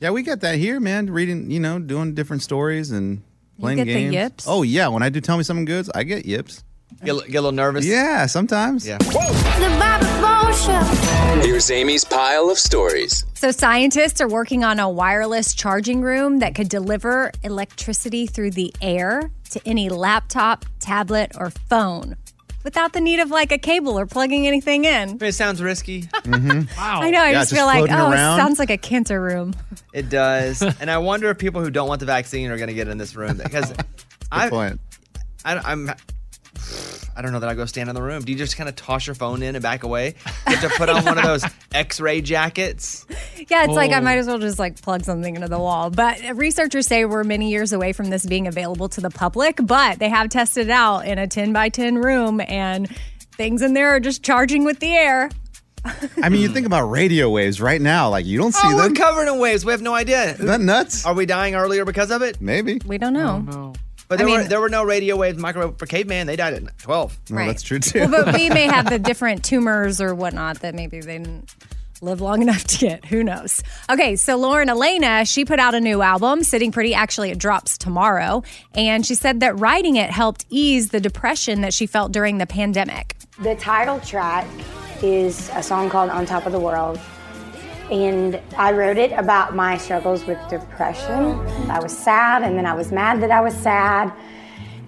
Yeah, we got that here, man. Reading, you know, doing different stories and playing get the games. yips? Oh yeah, when I do tell me something good, I get yips. Get, a li- get a little nervous. Yeah, sometimes. Yeah. The Bobby Bone Show. Here's Amy's pile of stories. So, scientists are working on a wireless charging room that could deliver electricity through the air to any laptop, tablet, or phone without the need of like a cable or plugging anything in. It sounds risky. Wow. I know. I Mm-hmm. Yeah, just just feel like, floating oh, around. it sounds like a cancer room. It does. [LAUGHS] and I wonder if people who don't want the vaccine are going to get in this room [LAUGHS] because I, point. I, I'm. I don't know that I go stand in the room. Do you just kind of toss your phone in and back away? You have to put [LAUGHS] on one of those X-ray jackets. Yeah, it's like I Oh. might as well just like plug something into the wall. But researchers say we're many years away from this being available to the public, but they have tested it out in a 10 by 10 room and things in there are just charging with the air. I mean, you think about radio waves right now, like you don't see Oh, we're them. covered in waves. We have no idea. Is that nuts? Are we dying earlier because of it? Maybe. We don't know. But I there, were, mean- there were no radio waves, microwave for caveman. They died at 12. No, Right. Oh, that's true, too. Well, but we [LAUGHS] may [LAUGHS] have the different tumors or whatnot that maybe they didn't live long enough to get. Who knows? Okay, so Lauren Elena, she put out a new album, Sitting Pretty. Actually, it drops tomorrow. And she said that writing it helped ease the depression that she felt during the pandemic. The title track is a song called On Top of the World. And I wrote it about my struggles with depression. I was sad, and then I was mad that I was sad.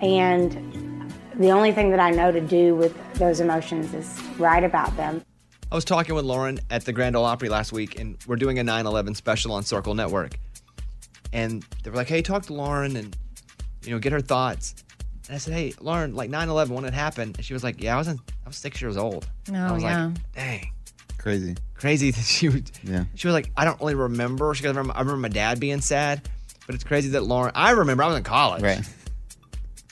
And the only thing that I know to do with those emotions is write about them. I was talking with Lauren at the Grand Ole Opry last week, and we're doing a 9 11 special on Circle Network. And they were like, hey, talk to Lauren and, you know, get her thoughts. And I said, hey, Lauren, like 9 11, when it happened, and she was like, yeah, I was, in, I was six years old. No, I was yeah. like, dang. Crazy. Crazy that she would. Yeah. She was like, I don't really remember. She goes, I remember, I remember my dad being sad, but it's crazy that Lauren, I remember I was in college. Right.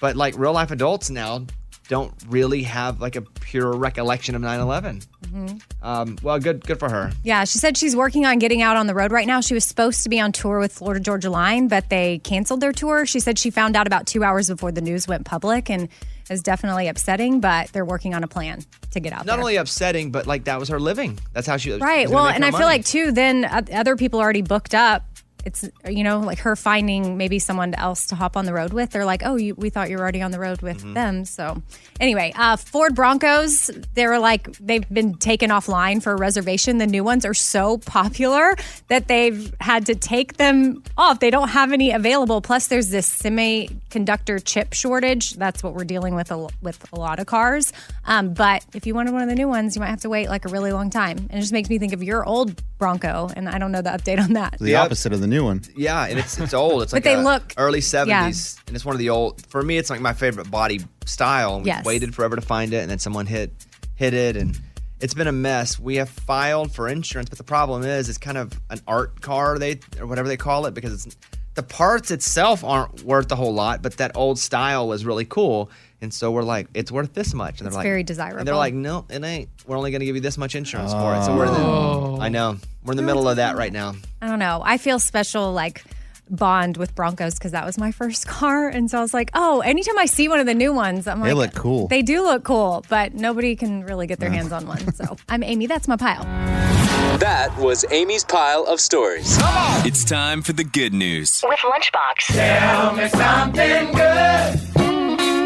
But like real life adults now don't really have like a pure recollection of 9 11. Mhm. Um, well, good, good for her. Yeah, she said she's working on getting out on the road right now. She was supposed to be on tour with Florida Georgia Line, but they canceled their tour. She said she found out about two hours before the news went public and is definitely upsetting, but they're working on a plan to get out Not there. only upsetting, but like that was her living. That's how she. was Right. gonna Well, make and her I feel money. like too, then o- other people are already booked up it's you know like her finding maybe someone else to hop on the road with. They're like, oh, you, we thought you were already on the road with Mm-hmm. Mhm. them. So anyway, uh, Ford Broncos. They were like they've been taken offline for a reservation. The new ones are so popular that they've had to take them off. They don't have any available. Plus, there's this semiconductor chip shortage. That's what we're dealing with a, l- with a lot of cars. Um, but if you wanted one of the new ones, you might have to wait like a really long time. And it just makes me think of your old Bronco, and I don't know the update on that. The opposite of the new one. Yeah, and it's it's old. It's like [LAUGHS] But they a look- early seventies, and it's one of the old. For me, it's like my favorite body style. And we Yes. waited forever to find it, and then someone hit hit it, and it's been a mess. We have filed for insurance, but the problem is, it's kind of an art car, they or whatever they call it, because it's the parts itself aren't worth a whole lot, but that old style was really cool, and so we're like, it's worth this much, and they're It's like, very and they're desirable. like, no, it ain't. We're only going to give you this much insurance for it. So we're in Oh. the, I know we're in the middle of that right now. I don't know. I feel special like bond with Broncos because that was my first [LAUGHS] car, and so I was like, oh, anytime I see one of the new ones, I'm like, They look cool. They do look cool, but nobody can really get their hands on one. [LAUGHS] So I'm Amy. That's my pile. That was Amy's pile of stories. It's time for the good news. With Lunchbox. Tell me something good.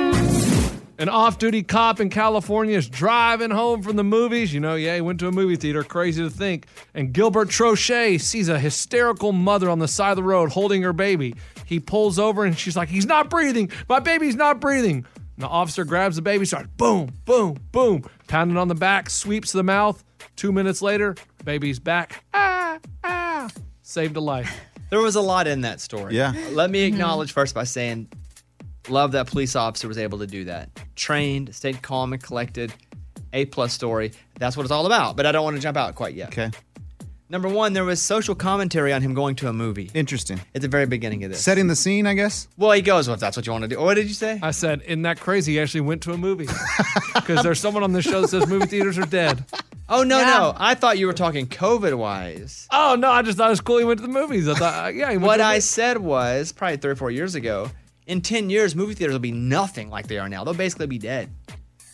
An off duty cop in California is driving home from the movies. You know, yeah, he went to a movie theater, crazy to think. And Gilbert Trochet sees a hysterical mother on the side of the road holding her baby. He pulls over and she's like, He's not breathing. My baby's not breathing. And the officer grabs the baby, starts boom, boom, boom, pounding on the back, sweeps the mouth. Two minutes later, baby's back. Ah, ah. Saved a life. [LAUGHS] There was a lot in that story. Yeah. Let me acknowledge first by saying, love that police officer was able to do that. Trained, stayed calm and collected. A plus story. That's what it's all about. But I don't want to jump out quite yet. Okay. Number one, there was social commentary on him going to a movie. Interesting. At the very beginning of this. Setting the scene, I guess. Well, he goes, well, if that's what you want to do. What did you say? I said, Isn't that crazy? He actually went to [LAUGHS] a movie. Because there's someone on this show that says movie theaters are dead. Oh, no, no. I thought you were talking COVID wise. Oh no, I just thought it was cool he went to the movies. I thought, uh, yeah, he went what to the I said was probably three or four years ago. In ten years, movie theaters will be nothing like they are now. They'll basically be dead.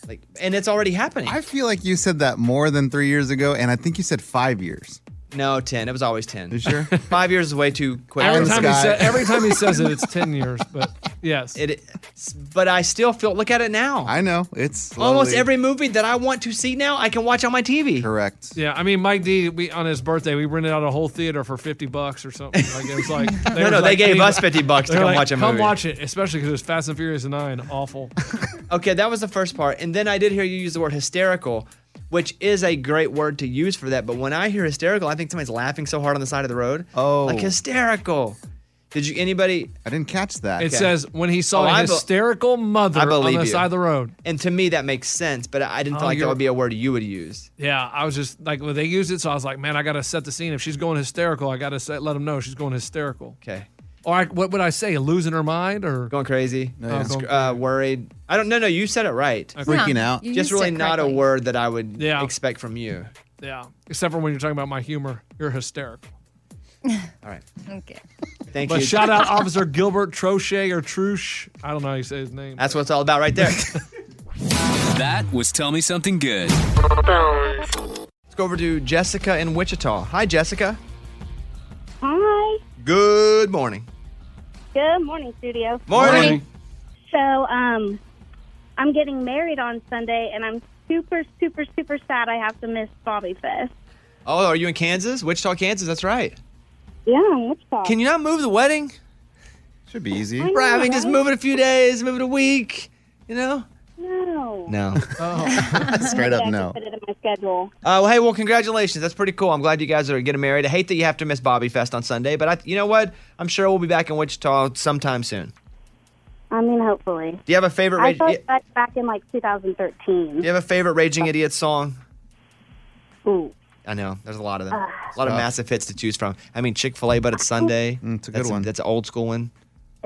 Like, and it's already happening. I feel like you said that more than three years ago, and I think you said five years. No, ten. It was always ten. You [LAUGHS] sure? Five years is way too quick. Every time he sa- every time he says it, it's ten years. But yes, it. But I still feel. Look at it now. I know it's slowly- almost every movie that I want to see now, I can watch on my TV. Correct. Yeah, I mean, Mike D, we on his birthday, we rented out a whole theater for fifty bucks or something. Like it [LAUGHS] was like No, was no, they like, gave hey, us 50 bucks to they're come like, watch a Come movie." watch it, especially because it was Fast and Furious Nine. Awful. [LAUGHS] [LAUGHS] Okay, that was the first part. And then I did hear you use the word hysterical, which is a great word to use for that. But when I hear hysterical, I think somebody's laughing so hard on the side of the road. Oh. Like hysterical. Did you anybody I didn't catch that. It says when he saw a hysterical mother Oh, I believe on the you. side of the road. And to me that makes sense, but I didn't Oh, feel like that you're- would be a word you would use. Yeah, I was just like, well, they used it, so I was like, man, I gotta set the scene. If she's going hysterical, I gotta set, let them know she's going hysterical. Okay. Or I, what would I say? Losing her mind or going crazy? Oh, Sc- going- uh, worried. I don't no no, you said it right. Okay. Freaking Yeah, out. you Just used really it not a correctly. word that I would expect from you. yeah. Except for when you're talking about my humor, you're hysterical. All right. Okay. Thank but you. [LAUGHS] shout out Officer Gilbert Trochet or Truche. I don't know how you say his name. That's what it's all about right [LAUGHS] there. That was Tell Me Something Good. Let's go over to Jessica in Wichita. Hi Jessica. Hi. Good morning. Good morning, studio. Morning. So, um, I'm getting married on Sunday, and I'm super, super, super sad I have to miss Bobby Fest. Oh, are you in Kansas? Wichita, Kansas. That's right. Yeah, in Wichita. Can you not move the wedding? Should be easy. Right. I mean, just move it a few days, move it a week. You know. Oh. No. [LAUGHS] No. [LAUGHS] Maybe I can Put it in my schedule. Uh, well, hey, well, congratulations. That's pretty cool. I'm glad you guys are getting married. I hate that you have to miss Bobby Fest on Sunday, but I, you know what? I'm sure we'll be back in Wichita sometime soon. I mean, hopefully. Do you have a favorite? I Rage, thought do that back in like 2013. you have a favorite Raging Idiot song? Ooh. I know. There's a lot of them. Ah. a lot of Tough. massive hits to choose from. I mean, Chick Fil A, but it's Sunday. Uh, Mm, it's a good that's one. that's an old school one.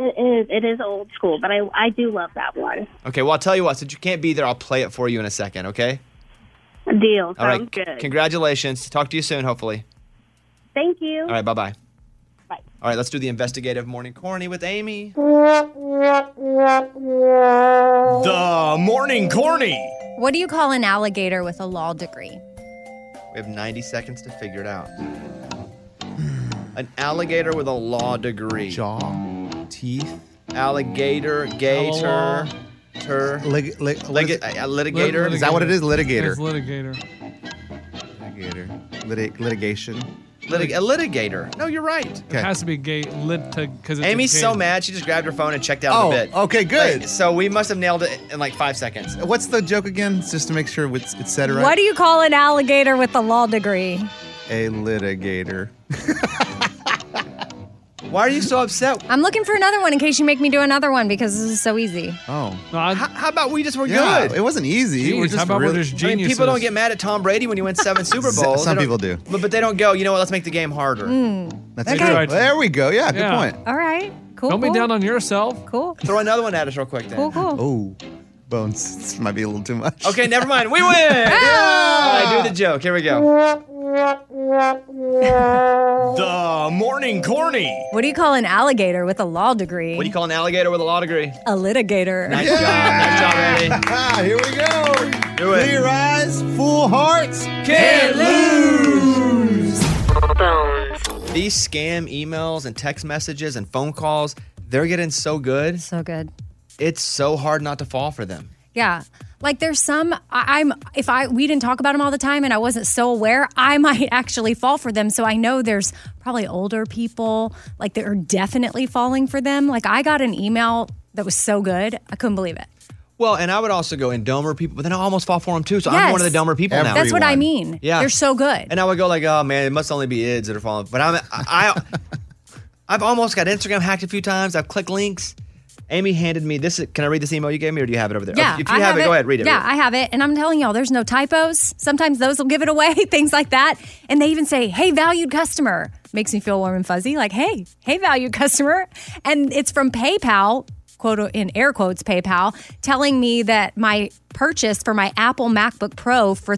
It is. It is old school, but I I do love that one. Okay. Well, I'll tell you what. Since you can't be there, I'll play it for you in a second. Okay. Deal. All Sounds right. C- good. Congratulations. Talk to you soon, hopefully. Thank you. All right. Bye bye. Bye. All right. Let's do the investigative morning corny with [LAUGHS] Amy. The morning corny. What do you call an alligator with a law degree? We have 90 seconds to figure it out. Hmm. An alligator with a law degree. Jaw, teeth. Alligator, gator, tur. Lig, lig, Liga- uh, litigator. Is that what it is? Litigator. It's litigator. Litigator. Lit- litigation. Litig- a litigator. No, you're right. It has to be gay lit because Amy's so mad she just grabbed her phone and checked out Oh, of the bit. okay, good. Like, so we must have nailed it in like five seconds. What's the joke again? Just to make sure it's, it's said right. What do you call an alligator with a law degree? A litigator. Why are you so upset? I'm looking for another one in case you make me do another one because this is so easy. Oh. No, I, how, how about we just were Yeah, good? it wasn't easy. We're Jeez, just how about we're really- just I mean, people don't get mad at Tom Brady when he wins [LAUGHS] seven Super Some Bowls. They don't- people do. But, but they don't go, you know what, let's make the game harder. Mm. That's Okay. true. There we go. Yeah, good Yeah. point. Hmm. All right. Cool. Don't be cool. down on yourself. Cool. Throw another one at us real quick then. Cool, cool. Oh, bones. This might be a little too much. Okay, never mind. [LAUGHS] We win. Ah! All right, do the joke. Here we go. the morning corny. [LAUGHS] What do you call an alligator with a law degree? What do you call an alligator with a law degree? a litigator? Nice job. Nice job, Eddie. Ah, here we go. Do it. Clear eyes, full hearts. Can't lose. These scam emails and text messages and phone calls, they're getting so good. So good. It's so hard not to fall for them. Yeah. Like there's some I, I'm if I we didn't talk about them all the time and I wasn't so aware I [LAUGHS] might actually fall for them so I know there's probably older people like that are definitely falling for them like I got an email that was so good I couldn't believe it Well, and I would also go in dumber people, but then I almost fall for them too. So I'm Yes. one of the dumber people now. that's what I mean Yeah. they're so good And I would go like, oh man, it must only be ids that are falling. But I'm, I, [LAUGHS] I have almost got Instagram hacked a few times. I've clicked links. Amy handed me this. Can I read this email you gave me, or do you have it over there? yeah If you I have, it, go ahead, read it. yeah read I have it and I'm telling y'all there's no typos sometimes those will give it away [LAUGHS] things like that and they even say hey valued customer makes me feel warm and fuzzy like hey hey valued customer and it's from PayPal quote in air quotes PayPal telling me that my purchase for my Apple MacBook Pro for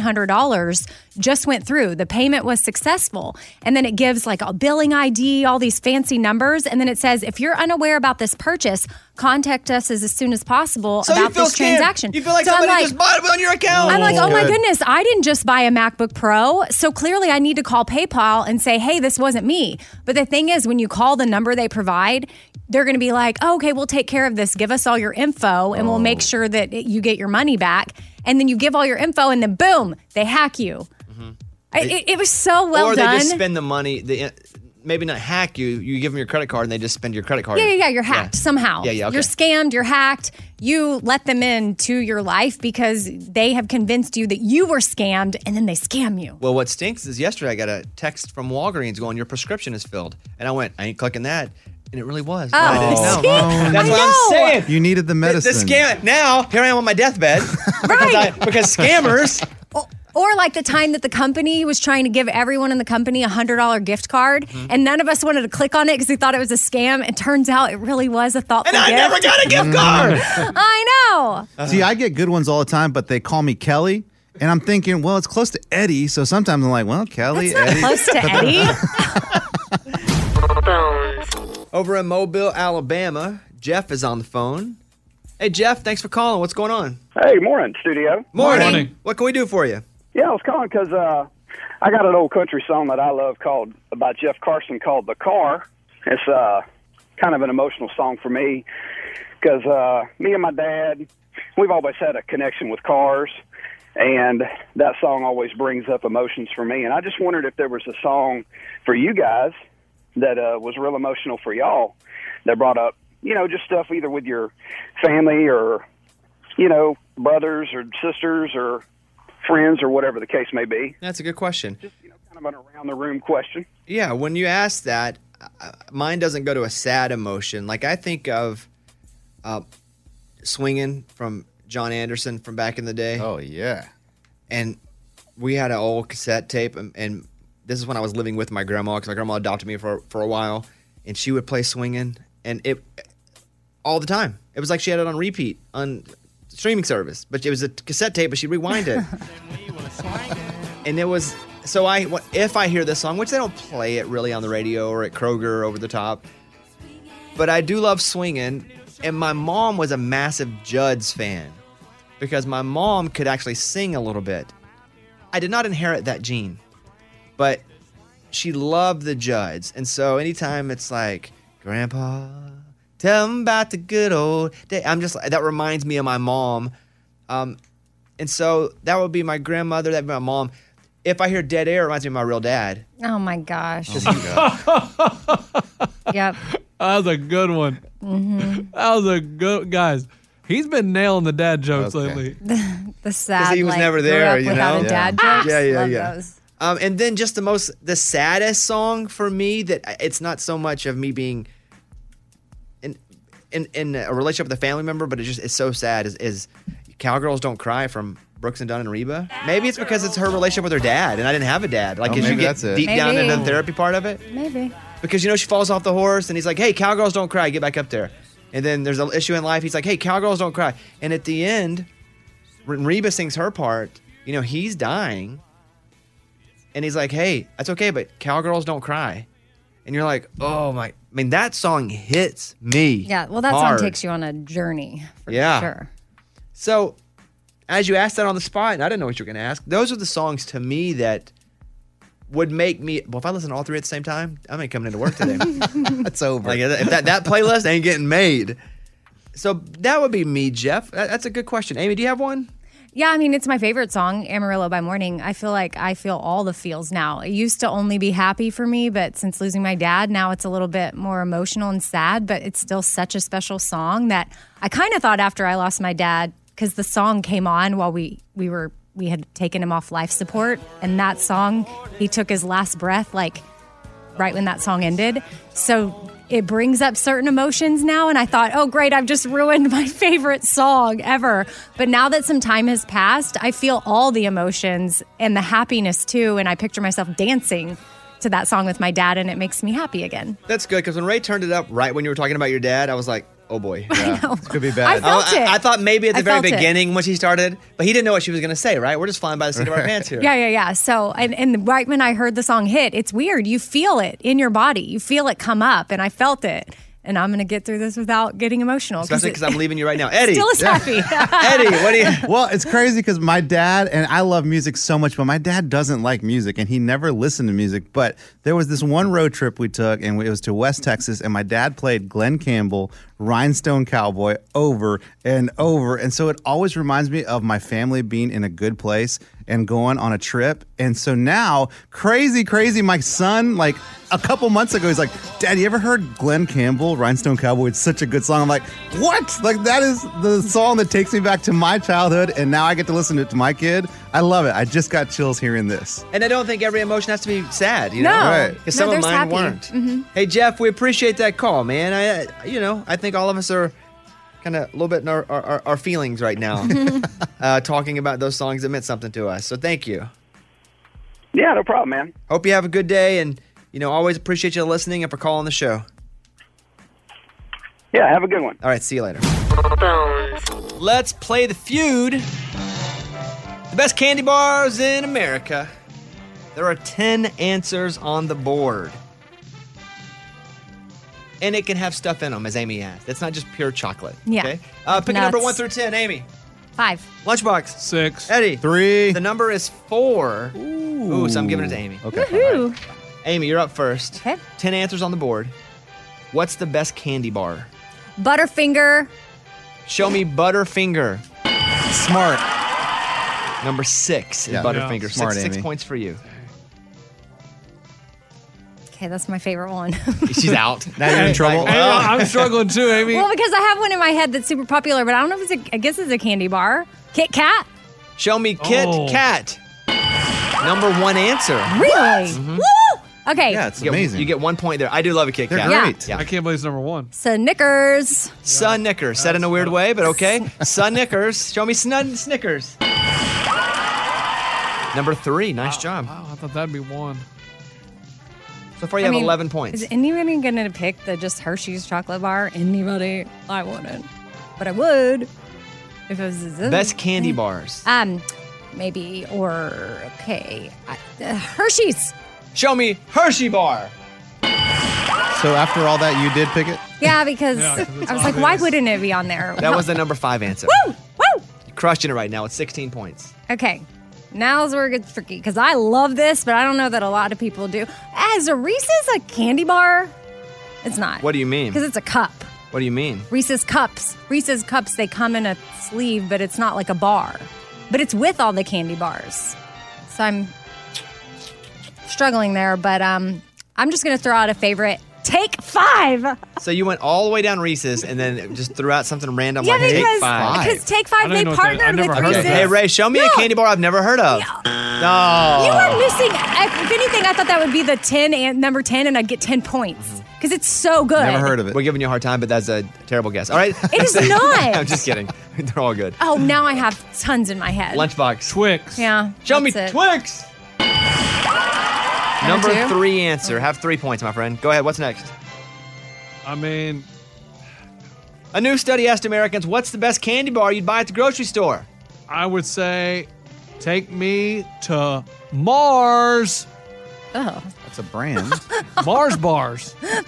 $1300 just went through the payment was successful and then it gives like a billing ID all these fancy numbers and then it says if you're unaware about this purchase contact us as, as soon as possible So you about feel this scammed. transaction You feel like I'm somebody just bought it on your account. I'm like, oh my Good. goodness, I didn't just buy a MacBook Pro. So clearly I need to call PayPal and say, hey, this wasn't me. But the thing is, when you call the number they provide, they're going to be like, oh, okay, we'll take care of this. Give us all your info and we'll Oh. make sure that it- you get your money back. And then you give all your info and then boom, they hack you. I- Mm-hmm. They- It, it was so well or done. they just spend the money. They, maybe not hack you. You give them your credit card, and they just spend your credit card. Yeah, yeah, yeah. You're hacked somehow. Yeah, yeah, okay. You're scammed. You're hacked. You let them into your life because they have convinced you that you were scammed, and then they scam you. Well, what stinks is yesterday I got a text from Walgreens going, "Your prescription is filled," and I went, "I ain't clicking that," and it really was. Oh, I didn't know. see? That's I what know. I'm saying. Oh. You needed The, the the medicine. scam. Now here I am on my [LAUGHS] deathbed because, I, because scammers. Or like the time that the company was trying to give everyone in the company a hundred dollar gift card, Mm-hmm. and none of us wanted to click on it because we thought it was a scam. It turns out it really was a thoughtful. And I gift. never got a gift card! I know. [LAUGHS] See, I get good ones all the time, but they call me Kelly. And I'm thinking, well, it's close to Eddie. So sometimes I'm like, well, Kelly, Eddie. Close [LAUGHS] [LAUGHS] to Eddie. Over in Mobile, Alabama, Jeff is on the phone. Hey, Jeff, thanks for calling. What's going on? Hey, morning, studio. Morning. What can we do for you? Yeah, I was calling because uh, I got an old country song that I love called by Jeff Carson called "The Car." It's uh, kind of an emotional song for me because uh, me and my dad, we've always had a connection with cars, and that song always brings up emotions for me. And I just wondered if there was a song for you guys that uh, was real emotional for y'all that brought up, you know, just stuff either with your family or, you know, brothers or sisters or friends or whatever the case may be. That's a good question. Kind of an around the room question. Yeah, when you ask that, uh, mine doesn't go to a sad emotion. Like I think of uh, swinging from John Anderson from back in the day. Oh yeah, and we had an old cassette tape, and, and this is when I was living with my grandma because my grandma adopted me for for a while, and she would play swinging, and it all the time. It was like she had it on repeat on streaming service, but it was a cassette tape, but she rewind it. and it was so I wh- if I hear this song, which they don't play it really on the radio or at Kroger or over the top, but I do love swinging. And my mom was a massive Judds fan because my mom could actually sing a little bit. I did not inherit that gene, but she loved the Judds, and so anytime it's like Grandpa, tell him about the good old day. I'm just that reminds me of my mom, um, and so that would be my grandmother. That'd be my mom. If I hear dead air, it reminds me of my real dad. Oh my gosh. [LAUGHS] yep. That was a good one. hmm That was a good guys. He's been nailing the dad jokes lately. The sad. he was like, never grew there, up you without know? A dad Yeah. jokes. Yeah, yeah, Love yeah. those. Um, and then just the most the saddest song for me that I- it's not so much of me being in in in a relationship with a family member, but it just it's so sad is, is Cowgirls Don't Cry from Brooks and Dunn and Reba. Maybe it's because it's her relationship with her dad, and I didn't have a dad. Like Oh, as you maybe get that's it. deep down into the Maybe. therapy part of it, Maybe. because you know she falls off the horse, and he's like, "Hey, Cowgirls Don't Cry, get back up there." And then there's an issue in life. He's like, "Hey, Cowgirls Don't Cry," and at the end, when Reba sings her part, you know he's dying. And he's like, hey, that's okay, but cowgirls don't cry. And you're like, oh my. I mean, that song hits me. Yeah. Well, that hard. song takes you on a journey. For Yeah. Sure. So, as you asked that on the spot, and I didn't know what you were going to ask, those are the songs to me that would make me. Well, if I listen to all three at the same time, I ain't coming into work [LAUGHS] today. That's over. like, if that, that playlist ain't getting made. So, that would be me, Jeff. That- That's a good question. Amy, do you have one? Yeah, I mean, it's my favorite song, Amarillo by Morning. I feel like I feel all the feels now. It used to only be happy for me, but since losing my dad, now it's a little bit more emotional and sad, but it's still such a special song that I kind of thought after I lost my dad, because the song came on while we, we were we had taken him off life support, and that song, he took his last breath like right when that song ended. So it brings up certain emotions now. And I thought, oh, great, I've just ruined [LAUGHS] my favorite song ever. But now that some time has passed, I feel all the emotions and the happiness too. And I picture myself dancing to that song with my dad, and it makes me [LAUGHS] happy again. That's good because when Ray turned it up right when you were talking about your dad, [LAUGHS] I was like, oh boy. This could be bad. I felt I, it. I thought maybe at the I very felt it. beginning when she started, but he didn't know what she was going to say, [LAUGHS] right? We're just flying by the seat of our pants here. Yeah, yeah, yeah. So, and, and right when I heard the song hit, it's weird. You feel it in your body, you feel it come up, and I felt it. And I'm going to get through this without getting emotional. Especially it- because I'm leaving you right now. Eddie. [LAUGHS] Still is happy. [LAUGHS] Eddie, what do you? Well, it's crazy because my dad and I love music so much, but my dad doesn't like music and he never listened to music. But there was this one road trip we took, and it was to West Texas, and my dad played Glenn Campbell, Rhinestone Cowboy, over and over, and so it always reminds me of my family being in a good place and going on a trip. And so now, crazy, crazy, my son, like a couple months ago, he's like, Dad, you ever heard Glenn Campbell, Rhinestone Cowboy? It's such a good song. I'm like, What? Like, that is the song that takes me back to my childhood, and now I get to listen to it to my kid. I love it. I just got chills hearing this. And I don't think every emotion has to be sad, you know? No. Right. 'Cause No, some of there's mine happy. Mm-hmm. weren't. Hey, Jeff, we appreciate that call, man. I, I- you know, I think all of us are kind of a little bit in our, our, our feelings right [LAUGHS] now, [LAUGHS] uh, talking about those songs that meant something to us. So thank you. Yeah, no problem, man. Hope you have a good day, and you know, always appreciate you listening and for calling the show. Yeah, have a good one. All right, see you later. Let's play the feud. The best candy bars in America. There are 10 answers on the board. And it can have stuff in them, as Amy asked. It's not just pure chocolate. Yeah. Okay? Uh, pick a number Nuts. 1 through 10, Amy. Five. Lunchbox. Six. Eddie. Three. The number is four. Ooh. so I'm giving it to Amy. Woohoo. Amy, you're up first. Okay. 10 answers on the board. What's the best candy bar? Butterfinger. Show me Butterfinger. Smart. Number six is Yeah, Butterfinger. yeah, Six- smart, six, Amy. points for [LAUGHS] you. Okay, that's my [LAUGHS] favorite one. She's out. Now you're in trouble. I'm [LAUGHS] struggling too, Amy. well, because I have one in my head that's super popular, but I don't know if it's a, I guess it's a candy bar. Kit Kat. Show me Kit Oh. Kat. Number one answer. Really? Woo! Okay. You get- you get one point there. I do love a Kit They're Kat. great. Yeah. I can't believe it's number one. Snickers. Sun Knickers. Said in a weird way, but [LAUGHS] okay. Sun Knickers. Show me snud Snickers. Number three. Nice job. Wow, I thought that'd be one. So far, you I have mean, 11 points. Is anybody going to pick the just Hershey's chocolate bar? Anybody? I wouldn't. But I would if it was Best candy bars. Um, maybe or okay, I, uh, Hershey's. Show me Hershey bar. So after all that, you did pick it? Yeah, because Yeah, I 'cause was it's like, why obvious. wouldn't it be on there? That was the number five answer. Woo! Woo! You're crushing it right now. It's 16 points. Okay. Now's where it gets tricky because I love this, but I don't know that a lot of people do. As a Reese's a candy bar? It's not. What do you mean? Because it's a cup. What do you mean? Reese's cups. Reese's cups, they come in a sleeve, but it's not like a bar. But it's with all the candy bars. So I'm struggling there, but um, I'm just going to throw out a favorite. Take five. So you went all the way down Reese's and then just threw out something random yeah, like because Take Five. because Take Five, they partnered with Reese's. Hey Ray, show me a candy bar I've never heard of. No. You are missing. If anything, I thought that would be the ten and number ten, and I'd get ten points because it's so good. Mm. Never heard of it. We're giving you a hard time, but that's a terrible guess. All right. It [LAUGHS] is not. I'm just kidding. They're all good. Oh, now I have tons in my head. Lunchbox. Twix. Yeah. Show me that's it. Twix. Number two? three answer. Have three points, my friend. Go ahead. What's next? I mean, a new study asked Americans what's the best candy bar you'd buy at the grocery store. I would say, take me to Mars. Oh. That's a brand. Mars bars. I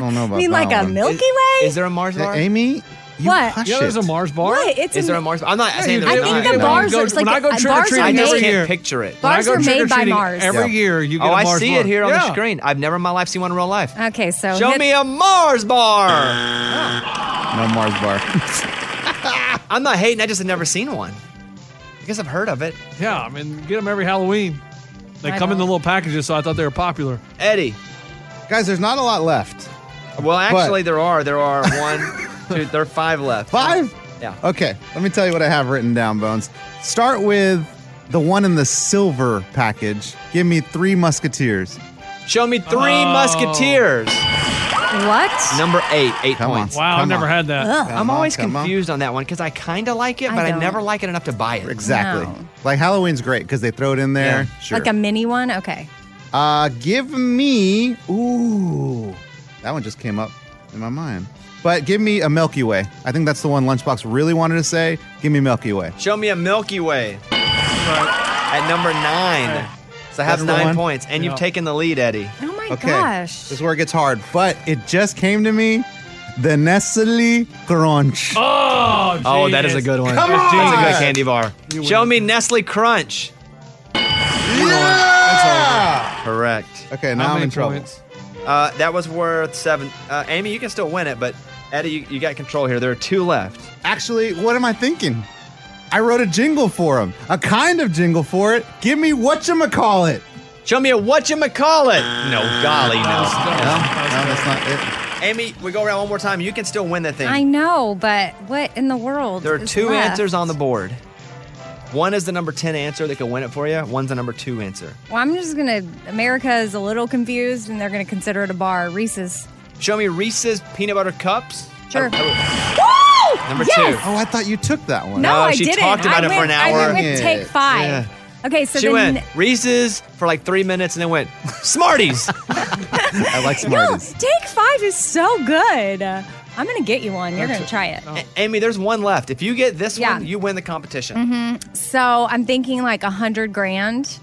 don't know about mean like that a one. Milky Way? Is there a Mars bar? Amy, you What? hush Yeah, there's it. a Mars bar. What? It's Is a- there a Mars bar? I'm not Yeah, saying you there's do. I not. think the No. bars are- it's like when I go a- trick or bars are treating every I made- year, can't picture it. Bars When I are go made by trick-or-treating Mars. Every year, you get oh, a I Mars see bar. it here on Yeah. the screen. I've never in my life seen one in real life. Okay, so Show hit- me a Mars bar. Ah. No Mars bar. [LAUGHS] I'm not hating. I just have never seen one. I guess I've heard of it. Yeah, I mean, get them every Halloween. They I come in know. the little packages, so I thought they were popular. Eddie. Guys, there's not a lot left. Well, actually, there are. There are one, two, there are five left. Five? Yeah. Okay, let me tell you what I have written down, Bones. Start with the one in the silver package. Give me three Musketeers. Show me three Oh. Musketeers. What? Number eight. Eight points. Wow, I've Come never on. had that. Ugh. I'm Come on, always come on. confused on that one because I kind of like it, I but I, don't. never like it enough to buy it. Exactly. Like Halloween's great because they throw it in there. Sure. Like a mini one? Okay. Uh, give me. Ooh, that one just came up in my mind. But give me a Milky Way. I think that's the one Lunchbox really wanted to say. Give me Milky Way. Show me a Milky Way. At number nine. So I have That's the nine one? points, and Yeah. you've taken the lead, Eddie. Oh my Okay, this is where it gets hard. But it just came to me. The Nestle Crunch. Oh, Oh, that is a good one. Come That's on! a good candy bar. You Show me Nestle Crunch. Yeah! Correct. Okay, now I'm in trouble. Uh, that was worth seven. Uh, Amy, you can still win it, but Eddie, you, you got control here. There are two left. Actually, what am I thinking? I wrote a jingle for him, a kind of jingle for it. Give me whatchamacallit. Show me a whatchamacallit. No, golly, no. that's not it. Amy, we go around one more time. You can still win the thing. I know, but what in the world? There are is two left? answers on the board. One is the number 10 answer that can win it for you. One's the number two answer. Well, I'm just gonna. America is a little confused, and they're gonna consider it a bar. Reese's. Show me Reese's peanut butter cups. Sure. Number Yes! two. Oh, I thought you took that No, one. I she didn't. talked about I it went, for an I hour. went with take five. Yeah. Okay, so she then went Reese's for like three minutes and then went Smarties. [LAUGHS] I like [LAUGHS] no, take five is so good. Uh, I'm gonna get you one. You're gonna try it. Amy, there's one left. If you get this Yeah. one, you win the competition. hmm So I'm thinking like a hundred grand.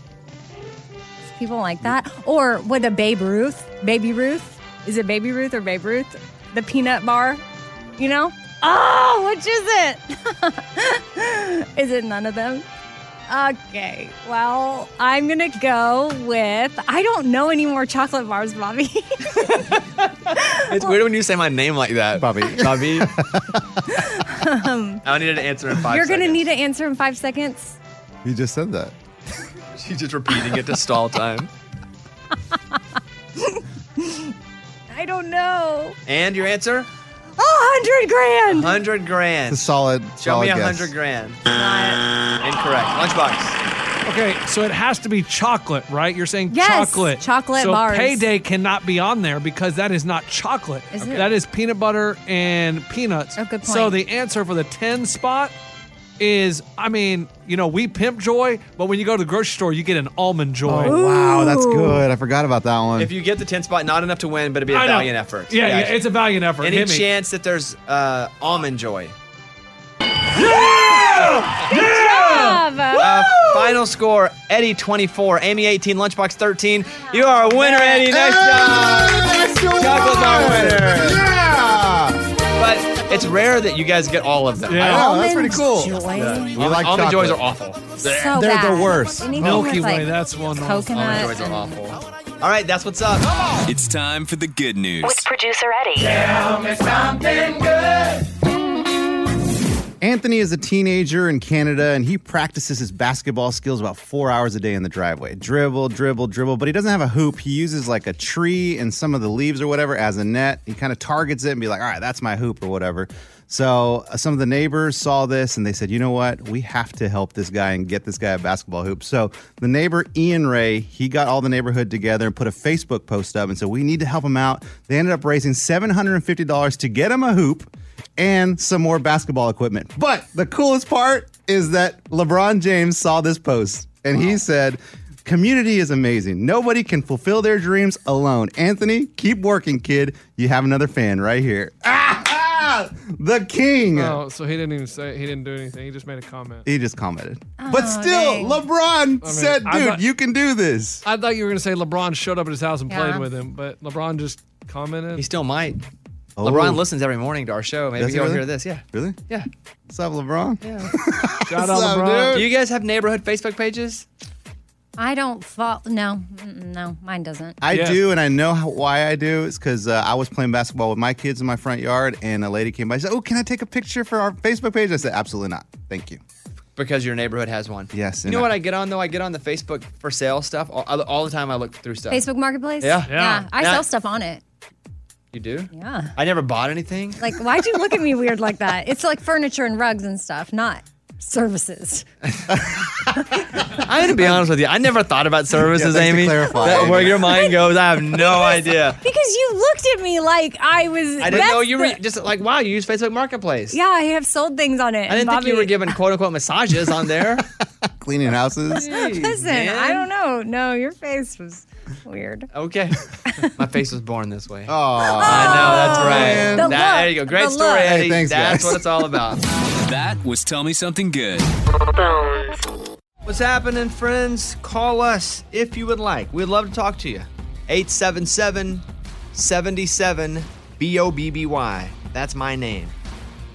People like that, or would a Babe Ruth? Baby Ruth? Is it Baby Ruth or Babe Ruth? The peanut bar, you know? Oh, which is it? [LAUGHS] is it none of them? Okay, well, I'm gonna go with I don't know any more chocolate bars, Bobby. [LAUGHS] It's weird when you say my name like that. Bobby. Bobby. Um, [LAUGHS] I needed an answer in 5 You're seconds. gonna need an answer in five seconds. You just said that. [LAUGHS] She's just repeating it to stall time. I don't know. And your answer? A hundred grand. Hundred grand. It's a solid. Show solid me a guess. hundred grand. Incorrect. Lunchbox. Okay, so it has to be chocolate, right? You're saying Yes, chocolate. chocolate so bars. Payday cannot be on there because that is not chocolate. Is it? That is peanut butter and peanuts. Oh, good So point. the answer for the 10 spot is, I mean, you know, we pimp joy, but when you go to the grocery store, you get an almond joy. Oh, wow, that's good. I forgot about that one. If you get the 10 spot, not enough to win, but it'd be a I know. valiant effort. Yeah, yeah, it's a valiant effort. Any Hit me. chance that there's uh, almond joy? Good job. Uh, final score Eddie 24, Amy 18, Lunchbox 13. You are a winner, Eddie. Nice job. Chocolate bar winner. Yeah. But It's rare that you guys get all of them. Yeah. I know, that's pretty cool. Yeah. We Almond- almond like chocolate. joys are awful. So They're the bad. worst. Anything Milky with, Way, like, that's one. coconut Almond joys are awful. All right, that's what's up. It's time for the good news. With producer Eddie. Tell me something good. Anthony is a teenager in Canada and he practices his basketball skills about four hours a day in the driveway. Dribble, dribble, dribble, but he doesn't have a hoop. He uses like a tree and some of the leaves or whatever as a net. He kind of targets it and be like, all right, that's my hoop or whatever. So uh, some of the neighbors saw this and they said, you know what? We have to help this guy and get this guy a basketball hoop. So the neighbor, Ian Ray, he got all the neighborhood together and put a Facebook post up and said, we need to help him out. They ended up raising $750 to get him a hoop and some more basketball equipment. But the coolest part is that LeBron James saw this post and he said, Community is amazing. Nobody can fulfill their dreams alone. Anthony, keep working, kid. You have another fan right here. Ah! ah, The king. Oh, so he didn't even say he didn't do anything. He just made a comment. He just commented. Oh, but still, dang. LeBron I mean, said, I dude, thought- you can do this. I thought you were gonna say LeBron showed up at his house and Yeah. played with him, but LeBron just commented. He still might. Oh. LeBron listens every morning to our show. Maybe Does he he'll really? hear this. Yeah. Really? Yeah. What's up, LeBron? [LAUGHS] Yeah. Shout out LeBron. Do you guys have neighborhood Facebook pages? I don't fall. No, Mm-mm, no, mine doesn't. I do, and I know how, why I do. It's because uh, I was playing basketball with my kids in my front yard, and a lady came by. She said, "Oh, can I take a picture for our Facebook page?" I said, "Absolutely not, thank you." Because your neighborhood has one. Yes. You know what I get on though? I get on the Facebook for sale stuff all, all the time. I look through stuff. Facebook Marketplace. Yeah. yeah. Yeah. I Yeah. sell stuff on it. You do? Yeah. I never bought anything. Like, why'd you look at me weird like that? It's like furniture and rugs and stuff, not services. I'm [LAUGHS] gonna be honest with you. I never thought about services, thanks to Amy. clarify, That- Amy. Where your mind goes, I have [LAUGHS] no idea. Because you looked at me like I was. I didn't that's know you were the- just like, wow, you use Facebook Marketplace. yeah, I have sold things on it. I didn't think you were giving quote unquote massages on there. [LAUGHS] Cleaning houses. [LAUGHS] Listen, I don't know. No, your face was weird. [LAUGHS] Okay. My face was born this way. Oh, Oh, I know. man. That's right. That- The look, there you go. Great the story, look. Eddie. Hey, thanks, That's guys. what it's all about. [LAUGHS] That was Tell Me Something Good. What's happening, friends? Call us if you would like. We'd love to talk to you. 877 77 B O B B Y. That's my name.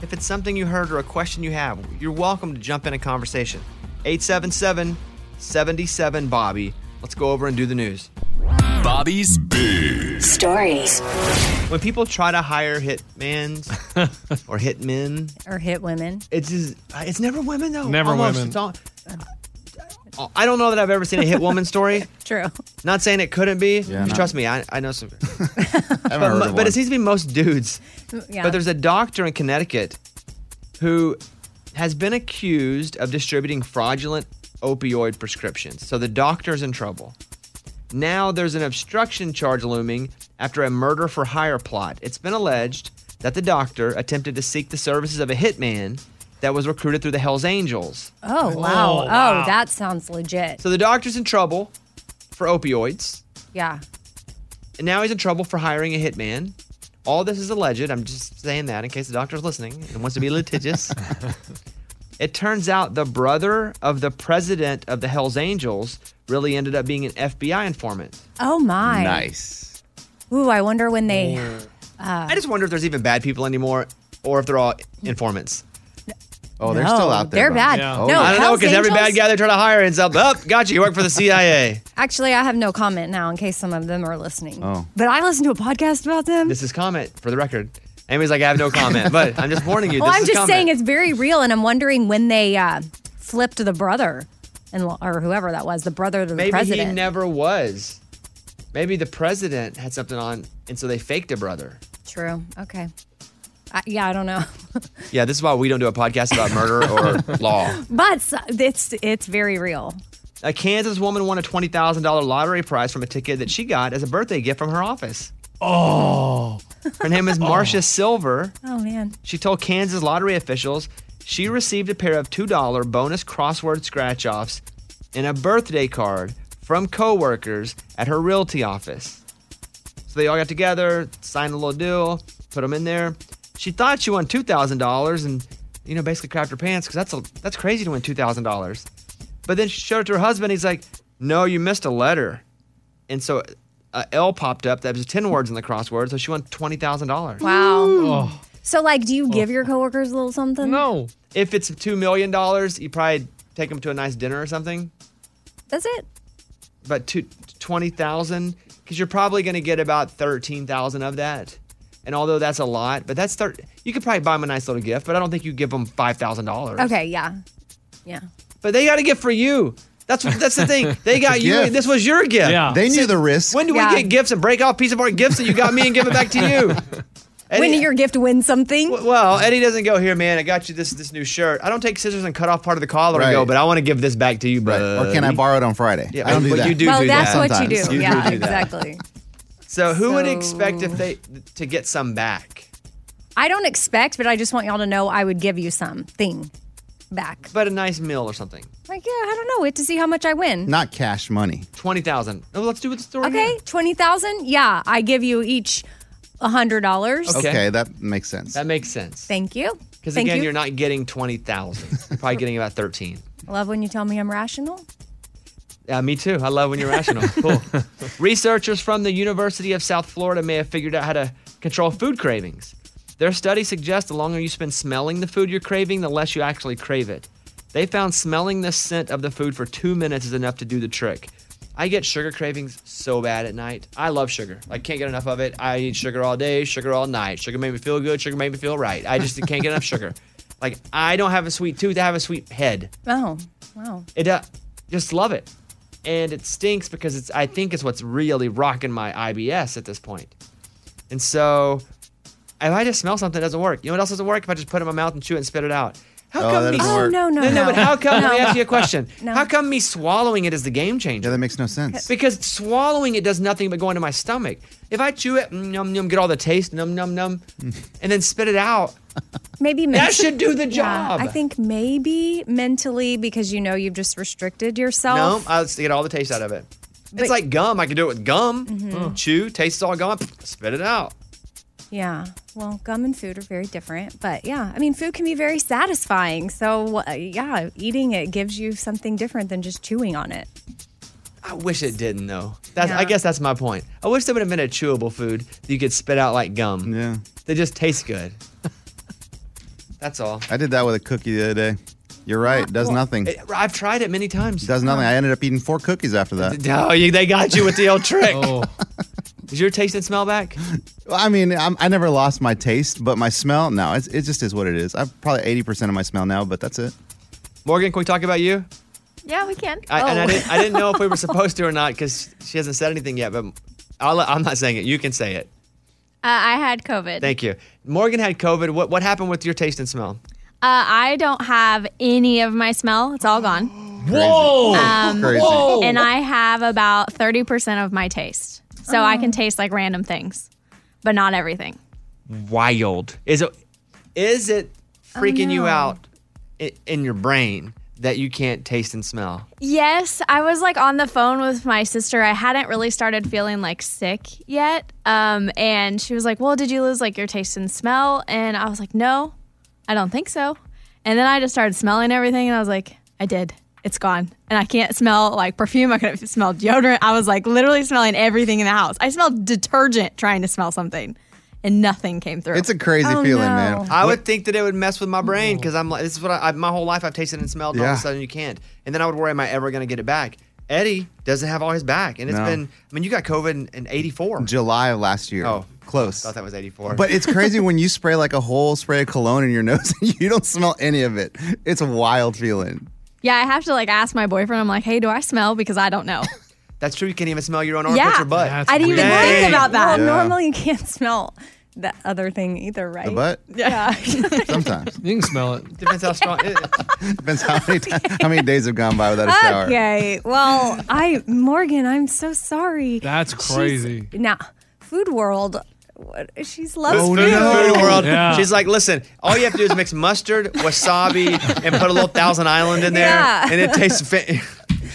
If it's something you heard or a question you have, you're welcome to jump in a conversation. 877 77 Bobby. Let's go over and do the news. Bobby's Big Stories. When people try to hire hitmans or hitmen, Or hit women. It's just, it's never women though. Never Almost, women. it's all- Oh, I don't know that I've ever seen a hit woman story. [LAUGHS] True. Not saying it couldn't be. Just no. Trust me, I, I know [LAUGHS] some. [LAUGHS] but, heard of but one. it seems to be most dudes. Yeah. But there's a doctor in Connecticut who has been accused of distributing fraudulent opioid prescriptions. So the doctor's in trouble. Now there's an obstruction charge looming after a murder for hire plot. It's been alleged that the doctor attempted to seek the services of a hitman that was recruited through the Hells Angels. Oh wow. wow. Oh, Oh, wow. that sounds legit. So the doctor's in trouble for opioids. Yeah. And now he's in trouble for hiring a hitman. All this is alleged. I'm just saying that in case the doctor's listening and wants to be [LAUGHS] litigious. it turns out the brother of the president of the Hells Angels really ended up being an FBI informant. Oh my. Nice. Ooh, I wonder when they. Uh, I just wonder if there's even bad people anymore or if they're all informants. Oh, they're No, still out there, they're bro. bad. Yeah. No, I don't know Hells because every bad Angels- guy they try to hire ends up, up, got you, you work for the CIA. Actually, I have no comment now in case some of them are listening. Oh. But I listened to a podcast about them. This is comment for the record. Amy's like, I have no comment, but I'm just warning you. [LAUGHS] well, this I'm is just comment. saying it's very real, and I'm wondering when they uh, flipped the brother, and or whoever that was, the brother to the Maybe president. he never was. Maybe the president had something on, and so they faked a brother. True. Okay. I, yeah, I don't know, [LAUGHS] Yeah, this is why we don't do a podcast about murder [LAUGHS] or law. but s- it's it's very real. A Kansas woman won a twenty thousand dollar lottery prize from a ticket that she got as a birthday gift from her office. Oh. Her name [LAUGHS] is Marcia Silver. Oh man. She told Kansas lottery officials she received a pair of $2 bonus crossword scratch offs and a birthday card from coworkers at her realty office. So they all got together, signed a little deal, put them in there. She thought she won $2,000 and, you know, basically crapped her pants because that's, a- that's crazy to win $2,000. But then she showed it to her husband. He's like, no, you missed a letter. And so uh, a L popped up that was 10 words in the crossword. So she won $20,000. Wow. So, like, do you give your coworkers a little something? No. If it's $2 million, you probably take them to a nice dinner or something. That's it. About two, 20,000, because you're probably going to get about 13,000 of that. And although that's a lot, but that's thir- you could probably buy them a nice little gift, but I don't think you give them $5,000. Okay, yeah. Yeah. But they got a gift for you. That's what, that's the [LAUGHS] thing. They got It's a you. gift. and This was your gift. Yeah. They knew the risk. When do Yeah. we get gifts and break off piece of art gifts that you got me and give it back to [LAUGHS] you? when Eddie- did your gift win something? well, Eddie doesn't go here, man. I got you this this new shirt. I don't take scissors and cut off part of the collar Right. and go, but I want to give this back to you, brother. Or can I borrow it on Friday? Yeah, I don't do but that. you do well, do that's that. what you do. Sometimes. You do yeah, do that. exactly. So who would So- expect if they to get some back? I don't expect, but I just want y'all to know I would give you something back. But a nice meal or something. Like, yeah, I don't know. Wait to see how much I win. Not cash money. Twenty thousand. Oh, let's do it the story. Okay, twenty thousand. Yeah, I give you each a hundred dollars. Okay. that makes sense. That makes sense. Thank you. Because Thank again, you. you. are not getting twenty thousand. You're probably getting about thirteen. I love when you tell me I'm rational. Yeah, me too. I love when you're rational. cool. Researchers from the University of South Florida may have figured out how to control food cravings. Their study suggests the longer you spend smelling the food you're craving, the less you actually crave it. They found smelling the scent of the food for two minutes is enough to do the trick. I get sugar cravings so bad at night. I love sugar. I can't get enough of it. I eat sugar all day, sugar all night. Sugar made me feel good. Sugar made me feel right. I just can't get enough sugar. Like I don't have a sweet tooth. I have a sweet head. Oh, wow. It uh, just love it, and it stinks because it's. I think it's what's really rocking my IBS at this point, and so if I just smell something, it doesn't work. You know what else doesn't work? If I just put it in my mouth and chew it and spit it out. How Oh, come that me? doesn't Oh, work. no, no, no, no. But how come? Let me No. ask you a question. [LAUGHS] No. How come me swallowing it is the game changer? Yeah, that makes no sense. Because swallowing it does nothing but go into my stomach. If I chew it, mm, num num, get all the taste, num num [LAUGHS] num, and then spit it out. Maybe That men- should do the Yeah, job. I think maybe mentally because you know you've just restricted No, yourself. I'll just get all the taste out of it. it's like gum. I can do it with gum. Mm. Mhm. Chew, taste all gum, spit it out. Yeah. Well, gum and food are very different, but yeah, I mean, food can be very satisfying. So uh, yeah, eating it gives you something different than just chewing on it. I wish it didn't though. That's, I Yeah. guess that's my point. I wish there would have been a chewable food that you could spit out like gum. Yeah. They just taste good. that's all. I did that with a cookie the other day. You're right. It does Well, nothing. it- I've tried it many times. It does nothing. I ended up eating four cookies after that. [LAUGHS] No, you, they got you with the old trick. Oh. [LAUGHS] Is your taste and smell back? [LAUGHS] Well, I mean, I'm, I never lost my taste, but my smell, no, it's, it just is what it is. I've probably 80% of my smell now, but that's it. Morgan, can we talk about you? Yeah, we can. I, And Oh. I didn't, I didn't know if [LAUGHS] we were supposed to or not because she hasn't said anything yet. But I'll, I'm not saying it. You can say it. I had COVID. Thank you. Morgan had COVID. What what happened with your taste and smell? Uh, I don't have any of my smell. It's all gone. [GASPS] Um, Whoa! Crazy. Whoa! And I have about 30% of my taste. So I Oh. can taste like random things, but not everything. Wild. Is it is it Oh, freaking you no. out in, in your brain that you can't taste and smell? Yes, I was like on the phone with my sister. I hadn't really started feeling like sick yet. Um, and she was like, Well, did you lose like your taste and smell? And I was like, No, I don't think so. And then I just started smelling everything and I was like, I did. It's gone. And I can't smell like perfume. I couldn't smell deodorant. I was like literally smelling everything in the house. I smelled detergent trying to smell something and nothing came through. It's a crazy Oh, feeling, man. no. I would think that it would mess with my brain because I'm like, this is what I, I- my whole life I've tasted and smelled, and all Yeah. of a sudden you can't. And then I would worry, am I ever going to get it back? Eddie doesn't have all his back, and it's No. been. I mean, you got COVID in, in '84. July of last year. Oh, close. Thought that was '84. But it's crazy when you spray like a whole spray of cologne in your [LAUGHS] nose and you don't smell any of it. It's a wild feeling. yeah, I have to like ask my boyfriend, I'm like, Hey, do I smell? Because I don't know. [LAUGHS] That's true. You can't even smell your own Yeah. armpits or butt. That's I didn't even weird. think about that. Well, Yeah. normally you can't smell the other thing either, right? butt? Yeah. Sometimes. You can smell it. Depends how strong. [LAUGHS] Depends how many, ti- how many days have gone [LAUGHS] by without a shower. okay. Well, I Morgan, I'm so sorry. That's She's- crazy. now, Food World, what, she's loves Food- food. Food world. Oh, Yeah. She's like, listen, all you have to do is mix mustard, wasabi, and put a little Thousand Island in there, Yeah. and it tastes. Fa-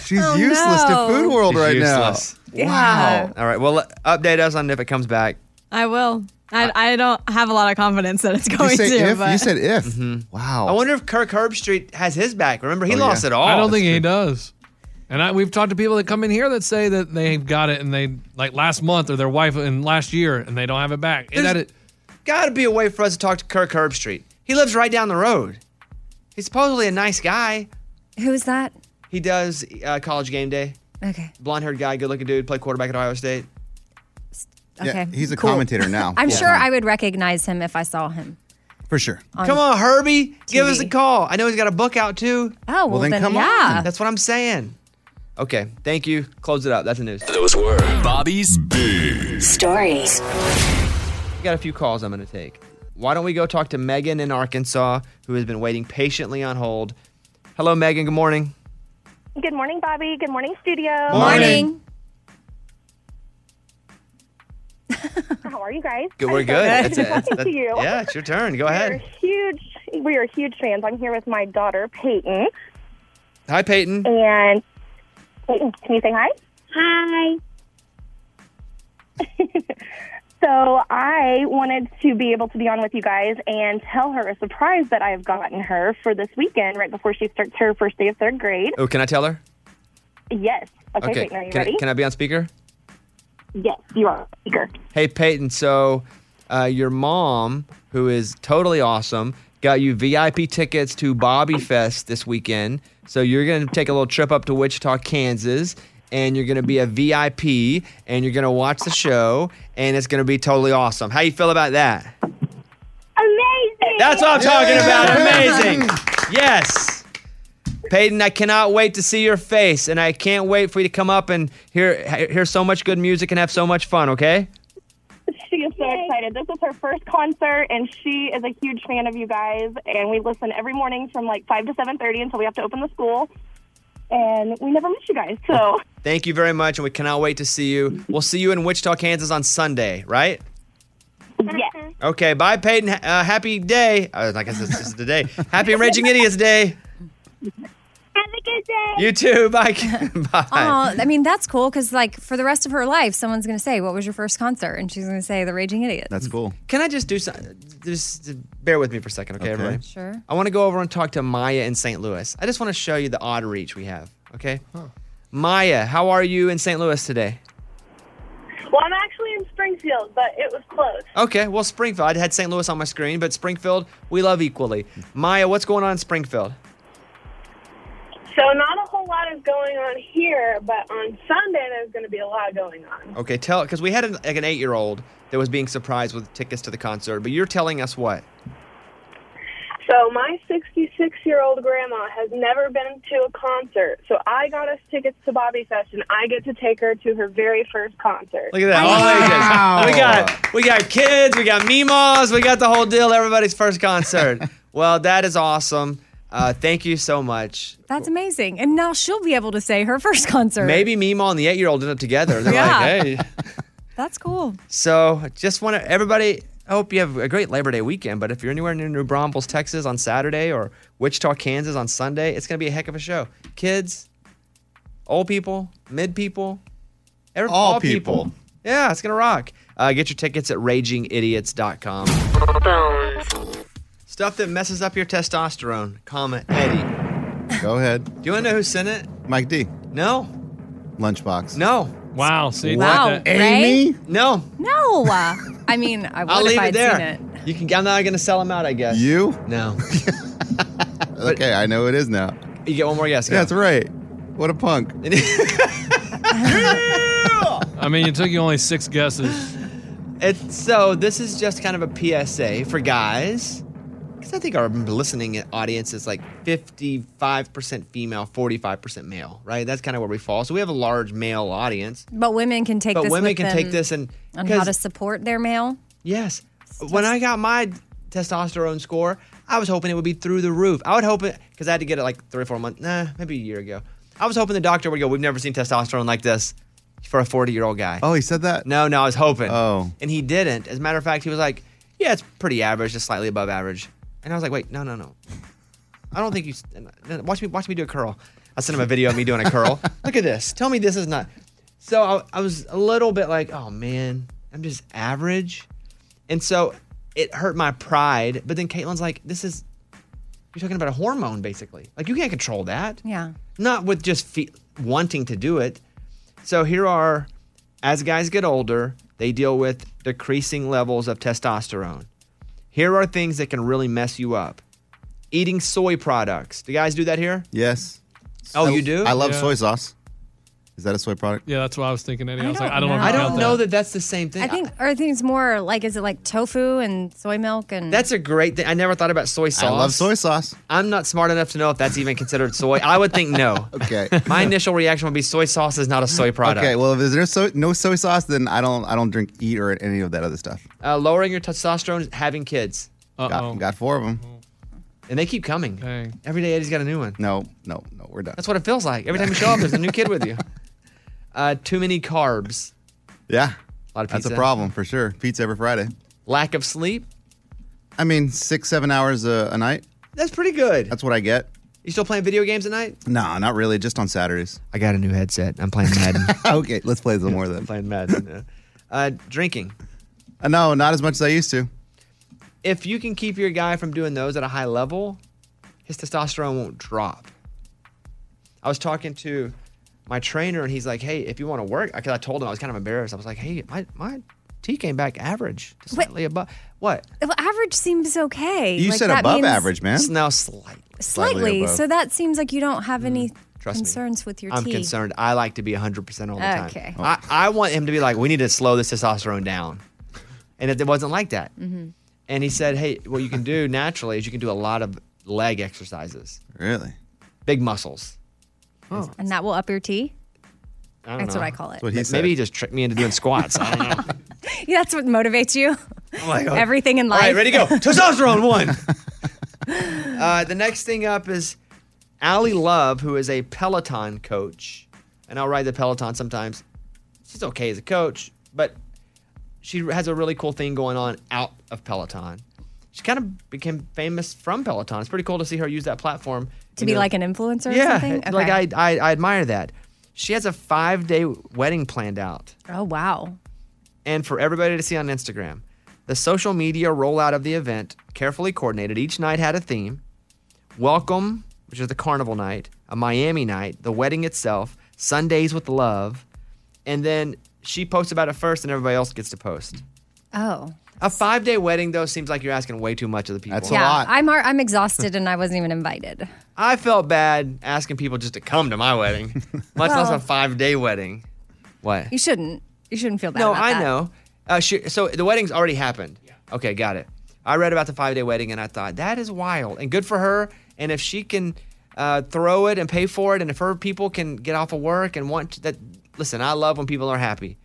She's [LAUGHS] [LAUGHS] Oh, useless no. to Food World She's right useless. now. Yeah. All right. Well, update us on if it comes back. I will. I, I don't have a lot of confidence that it's going to. but- if. Wow. Mm-hmm. I wonder if Kirk Herbstreit has his back. Remember, he lost it all. Oh, I don't think he does. And I, we've talked to people that come in here that say that they've got it and they like last month or their wife and last year and they don't have it back. Is that it? Got to be a way for us to talk to Kirk Herbstreit. He lives right down the road. He's supposedly a nice guy. Who's that? He does uh, college game day. Okay. Blonde haired guy, good looking dude, played quarterback at Ohio State. Okay. he's a Cool. commentator now. I'm sure I would recognize him if I saw him. for sure. [LAUGHS] on Come on, Herbie, give us a TV. call. I know he's got a book out too. Oh, well, then, yeah. That's what I'm saying. Okay, thank you. Close it up. That's the news. Those were Bobby's Big Stories. We got a few calls I'm going to take. Why don't we go talk to Megan in Arkansas, who has been waiting patiently on hold? Hello, Megan. Good morning. Good morning, Bobby. Good morning, studio. How are you guys? Good. We're I'm good. so That's it. [LAUGHS] talking That's- to you. Yeah, it's your turn. Go We're ahead. huge. We are huge fans. I'm here with my daughter Peyton, Hi, Mm-hmm. Peyton. and Peyton, can you say hi? Hi. [LAUGHS] so I wanted to be able to be on with you guys and tell her a surprise that I have gotten her for this weekend, right before she starts her first day of third grade. Oh, can I tell her? Yes. Okay, Peyton, are you can, ready? can I be on speaker? Yes, you are. Speaker. Hey, Peyton. So, uh, your mom, who is totally awesome, got you VIP tickets to Bobby Fest this weekend. So, you're going to take a little trip up to Wichita, Kansas, and you're going to be a VIP and you're going to watch the show, and it's going to be totally awesome. How you feel about that? Amazing. That's what I'm talking about. Amazing. Yes. Peyton, I cannot wait to see your face, and I can't wait for you to come up and hear hear so much good music and have so much fun. Okay? [LAUGHS] She is so excited. This is her first concert, and she is a huge fan of you guys. And we listen every morning from like five to seven thirty until we have to open the school. And we never miss you guys. So Thank you very much, and we cannot wait to see you. We'll see you in Wichita, Kansas on Sunday, right? yes, Okay, bye, Peyton. Ha- Uh, happy day. Uh, I guess it's just the day. Happy Raging Idiots Day. Have a good day. You too. [LAUGHS] Bye. bye. Oh, I mean that's cool because like for the rest of her life, someone's gonna say, "What was your first concert?" and she's gonna say, "The Raging Idiot." That's cool. Can I just do uh, something? Just bear with me for a second, okay, everybody? Sure. I want to go over and talk to Maya in St. Louis. I just want to show you the odd reach we have, okay? Maya, how are you in St. Louis today? [LAUGHS] Well, I'm actually in Springfield, but it was close. Okay, well, Springfield. I had St. Louis on my screen, but Springfield, we love equally. Maya, what's going on in Springfield? So not a whole lot is going on here, but on Sunday there's going to be a lot going on. Okay, tell because we had an, like an eight-year-old that was being surprised with tickets to the concert, but you're telling us what? So my 66 year old grandma has never been to a concert, so I got us tickets to Bobby Fest, and I get to take her to her very first concert. Look at that! All ages. We got we got kids, we got memas, we got the whole deal. Everybody's first concert. well, that is awesome. Uh, thank you so much. That's amazing. And now she'll be able to say her first concert. Maybe Mima and the eight-year-old ended up together. They're Yeah. like, hey. That's cool. So just want to everybody. I hope you have a great Labor Day weekend. But if you're anywhere near New Braunfels, Texas, on Saturday, or Wichita, Kansas, on Sunday, it's gonna be a heck of a show. Kids, old people, mid people, every, all, people. Yeah, it's gonna rock. Uh, get your tickets at RagingIdiots.com. Stuff that messes up your testosterone. Comment Eddie. Go ahead. Do you want to know who sent it? Mike D. No. Lunchbox. No. Wow. See. Wow, What? Ray? No. [LAUGHS] No, uh, I mean I would I'll if leave I'd it there. seen it. You can. I'm not gonna sell them out. I guess. You? No. [LAUGHS] okay, I know it is now. You get one more guess. That's right. What a punk. I mean, it took you only six guesses. It's so this is just kind of a PSA for guys because I think our listening audience is like 55% female, 45% male, right? That's kind of where we fall. So we have a large male audience. But women can take but this. women with can them take this and on how 'cause- to support their male. Yes. When I got my testosterone score, I was hoping it would be through the roof. I would hope it because I had to get it like three or four months, nah, maybe a year ago. I was hoping the doctor would go, "We've never seen testosterone like this for a forty-year-old guy." Oh, he said that? No, no, I was hoping. Oh. And he didn't. As a matter of fact, he was like, "Yeah, it's pretty average, just slightly above average." And I was like, "Wait, no, no, no. I don't think you s- no, no, watch me watch me do a curl." I sent him a video of me doing a curl. Look at this. Tell me this is not. So I, I was a little bit like, "Oh man, I'm just average." And so it hurt my pride, but then Caitlin's like, "This is you're talking about a hormone basically. Like you can't control that." Yeah. not with just fe- wanting to do it. So here are, as guys get older, they deal with decreasing levels of testosterone. Here are things that can really mess you up. Eating soy products. Do you guys do that here? [LAUGHS] Yes. Oh, I- you do? I love Yeah. soy sauce. Is that a soy product? Yeah, that's what I was thinking. Eddie. I, I was like, don't I don't know. know. if I count don't know that that's the same thing. I think, or I think it's more like, is it like tofu and soy milk and? That's a great thing. I never thought about soy sauce. I love soy sauce. I'm not smart enough to know if that's even considered soy. I would think no. [LAUGHS] okay. My initial reaction would be soy sauce is not a soy product. Okay, well, if there's no soy, no soy sauce, then I don't I don't drink, eat, or any of that other stuff. Uh, lowering your testosterone, is having kids. Got, got four of them. And they keep coming. Every day, Eddie's got a new one. No, no, no, we're done. That's what it feels like. Every time you show up, there's a new kid with [LAUGHS] you. Uh, too many carbs. Yeah, a lot of that's a pizza. problem for sure. Pizza every Friday. Lack of sleep. I mean, six seven hours a, a night. That's pretty good. That's what I get. You still playing video games at night? No, not really. Just on Saturdays. I got a new headset. I'm playing Madden. [LAUGHS] okay, let's play a little more of [LAUGHS] that. playing Madden. Yeah. Uh, drinking. Uh, no, not as much as I used to. If you can keep your guy from doing those at a high level, his testosterone won't drop. I was talking to my trainer and he's like, hey, if you want to work, because I told him I was kind of embarrassed. I was like, hey, my, my T came back average, just slightly above. What? Well, average seems okay. Like, that means No, slightly. Slightly. above. Mm-hmm. So that seems like you don't have any Trust me. concerns with your I'm tea. concerned. I like to be 100% all the time. Okay. Oh. I, I want him to be like, we need to slow this testosterone down. And it, it wasn't like that. Mm-hmm. And he said, hey, what you can do [LAUGHS] naturally is you can do a lot of leg exercises. Really? Big muscles. Oh. And that will up your tea. [LAUGHS] I don't That's know. what I call it. That's what he Maybe said. he just tricked me into doing squats. I don't [LAUGHS] know. Yeah, that's what [LAUGHS] motivates you. I'm like, oh, Everything in life. All right, ready to [LAUGHS] go. Testosterone one. uh, the next thing up is Allie Love, who is a Peloton coach, and I'll ride the Peloton sometimes. She's okay as a coach, but she has a really cool thing going on out of Peloton. She kind of became famous from Peloton. It's pretty cool to see her use that platform to in be her- like an influencer yeah, or [LAUGHS] something. like Okay. I, I I admire that. She has a five day wedding planned out Oh wow. and for everybody to see on Instagram. The social media rollout of the event, carefully coordinated, each night had a theme. Welcome, which is the carnival night, a Miami night, the wedding itself, Sundays with love, and then she posts about it first and everybody else gets to post. Oh. A five day wedding though seems like you're asking way too much of the people. yeah, I'm ar- I'm exhausted and I wasn't even invited. I felt bad asking people just to come to my wedding, much less Well- a five day wedding. What? You shouldn't. You shouldn't feel bad. No, about I that. know. Uh, she, so the wedding's already happened. Okay, got it. I read about the five day wedding and I thought that is wild and good for her. And if she can uh, throw it and pay for it, and if her people can get off of work and want to, that, listen, I love when people are happy,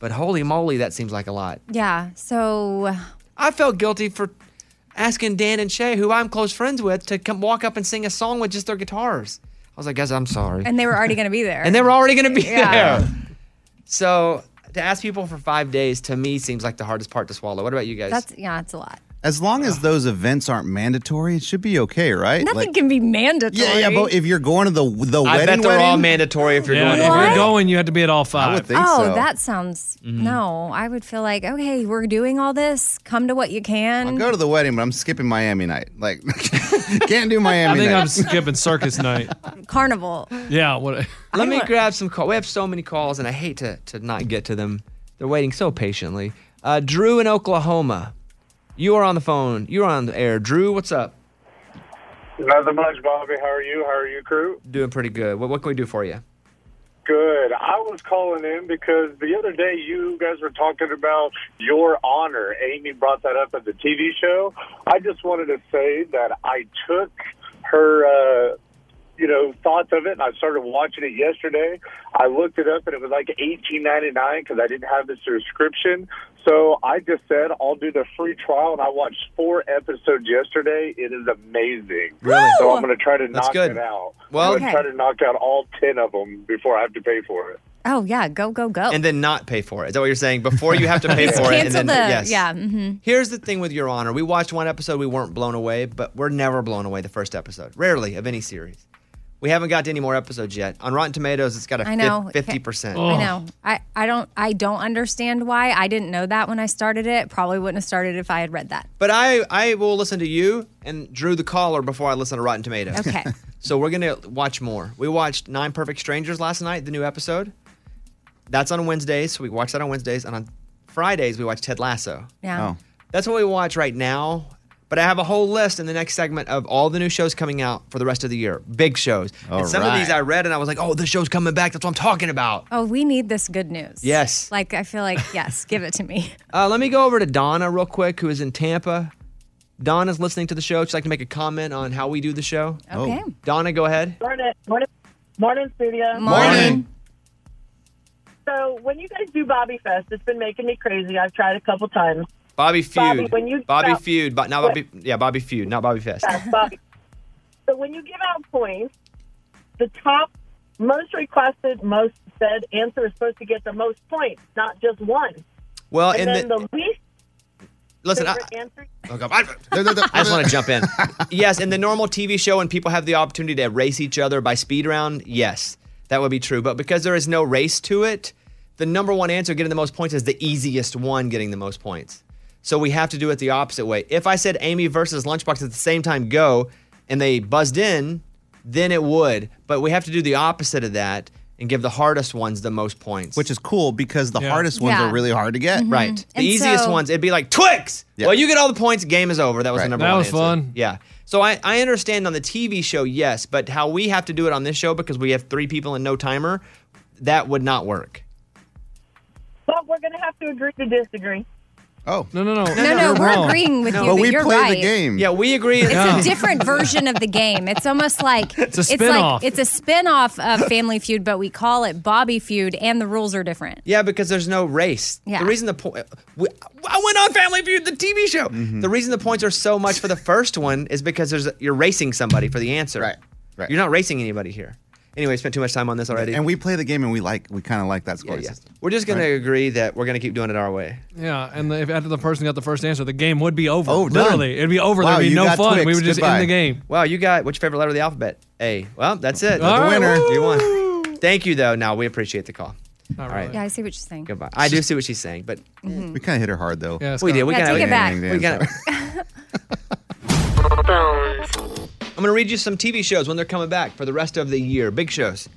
but holy moly, that seems like a lot. Yeah. So I felt guilty for asking Dan and Shay, who I'm close friends with, to come walk up and sing a song with just their guitars. I was like, guys, I'm sorry. and they were already going [LAUGHS] to be there. And they were already going to be Yeah. there. So to ask people for five days to me seems like the hardest part to swallow. What about you guys? That's yeah, it's a lot. As long as those events aren't mandatory, it should be okay, right? Nothing can be mandatory. yeah, yeah, but if you're going to the the I wedding, bet they're all wedding- mandatory if you're Yeah, going. if anywhere. you're going, you have to be at all five. would think oh, so. that sounds Mm-hmm. no. I would feel like okay, we're doing all this. Come to what you can. I'll go to the wedding, but I'm skipping Miami night. Like, [LAUGHS] can't do Miami. I think night. I'm skipping circus [LAUGHS] night. Carnival. Yeah. What? [LAUGHS] Let me grab some calls. We have so many calls, and I hate to, to not get to them. They're waiting so patiently. Uh, Drew in Oklahoma, you are on the phone. You're on the air. Drew, what's up? Nothing much, Bobby. How are you? How are you, crew? Doing pretty good. What, what can we do for you? Good. I was calling in because the other day you guys were talking about your honor. Amy brought that up at the TV show. I just wanted to say that I took her, uh, you know, thoughts of it, and I started watching it yesterday. I looked it up, and it was like eighteen ninety nine because I didn't have the subscription. So I just said I'll do the free trial, and I watched four episodes yesterday. It is amazing. Really? So I'm going to try to That's knock good. it out. Well- I'm going to Okay. try to knock out all ten of them before I have to pay for it. Oh yeah, go go go. And then not pay for it. Is that what you're saying? Before you have to [LAUGHS] pay for it, and Cancel then the yes. yeah. hmm Here's the thing with Your Honor. We watched one episode, we weren't blown away, but we're never blown away the first episode, rarely of any series. We haven't got to any more episodes yet. On Rotten Tomatoes, it's got a I know. fifty percent. I know. I, I don't I don't understand why I didn't know that when I started it. Probably wouldn't have started if I had read that. But I, I will listen to you and Drew the caller before I listen to Rotten Tomatoes. Okay. [LAUGHS] so we're gonna watch more. We watched Nine Perfect Strangers last night, the new episode. That's on Wednesdays. So we watch that on Wednesdays, and on Fridays we watch Ted Lasso. Yeah. That's what we watch right now. But I have a whole list in the next segment of all the new shows coming out for the rest of the year. Big shows. All and some of these right. I read and I was like, oh, this show's coming back. That's what I'm talking about. Oh, we need this good news. Yes. Like, I feel like, yes, give it to me. Uh, let me go over to Donna real quick, who is in Tampa. Donna's listening to the show. She'd like to make a comment on how we do the show. Okay. Oh. Donna, go ahead. Morning, morning, morning, studio. Morning. So when you guys do Bobby Fest, it's been making me crazy. I've tried a couple times. Bobby Feud. Bobby, when you- Bobby Stop. Feud, but not What? Bobby. Yeah, Bobby Feud, not Bobby Fest. Fast Bobby. Uh, so when you give out points, the top most requested, most said answer is supposed to get the most points, not just one. Well, and and then the- the, least Listen, I, favorite answer. oh God, I, I just want to jump in. Yes, in the normal TV show, when people have the opportunity to race each other by speed round, yes, that would be true. But because there is no race to it, the number one answer getting the most points is the easiest one getting the most points. So we have to do it the opposite way. If I said Amy versus Lunchbox at the same time, go, and they buzzed in, then it would. But we have to do the opposite of that and give the hardest ones the most points. Which is cool because the hardest ones Yeah. are really hard to get. Right. The easiest ones, it'd be like Twix. Well, you get all the points. Game is over. That was the Right. number That one. was answer. fun. Yeah. So I, I understand on the TV show, yes, but how we have to do it on this show because we have three people and no timer, that would not work. But we're going to have to agree to disagree. Oh no no no No, no, we're agreeing with you, But but we you're play the right. game. [LAUGHS] Yeah, we agree. It's a different version of the game. It's [LAUGHS] almost like it's a spin-off. Like, it's a spin-off of Family Feud, but we call it Bobby Feud, and the rules are different. Yeah, because there's no race. Yeah. The reason the point we- I went on Family Feud, the TV show. Mm-hmm. The reason the points are so much for the first one is because there's you're racing somebody for the answer. Right. Right. You're not racing anybody here. Anyway, we spent too much time on this already. And we play the game and we like we kind of like that score system. We're just gonna agree that we're gonna keep doing it our way. Yeah, and the, if after the person got the first answer, the game would be over. Oh, done. literally, it'd be over. There'd be no fun. We would just end the game. Wow, you got what's your favorite letter of the alphabet? A. Well, that's it. All the right, winner. You won. Thank you though. Now we appreciate the call. All right. Yeah, I see what you're saying. Mm-hmm. Goodbye. I do see what she's saying, but We kind of hit her hard though. it's We did. We Yeah, kinda- take it back. We kinda- I'm going to read you some TV shows when they're coming back for the rest of the year. Big shows.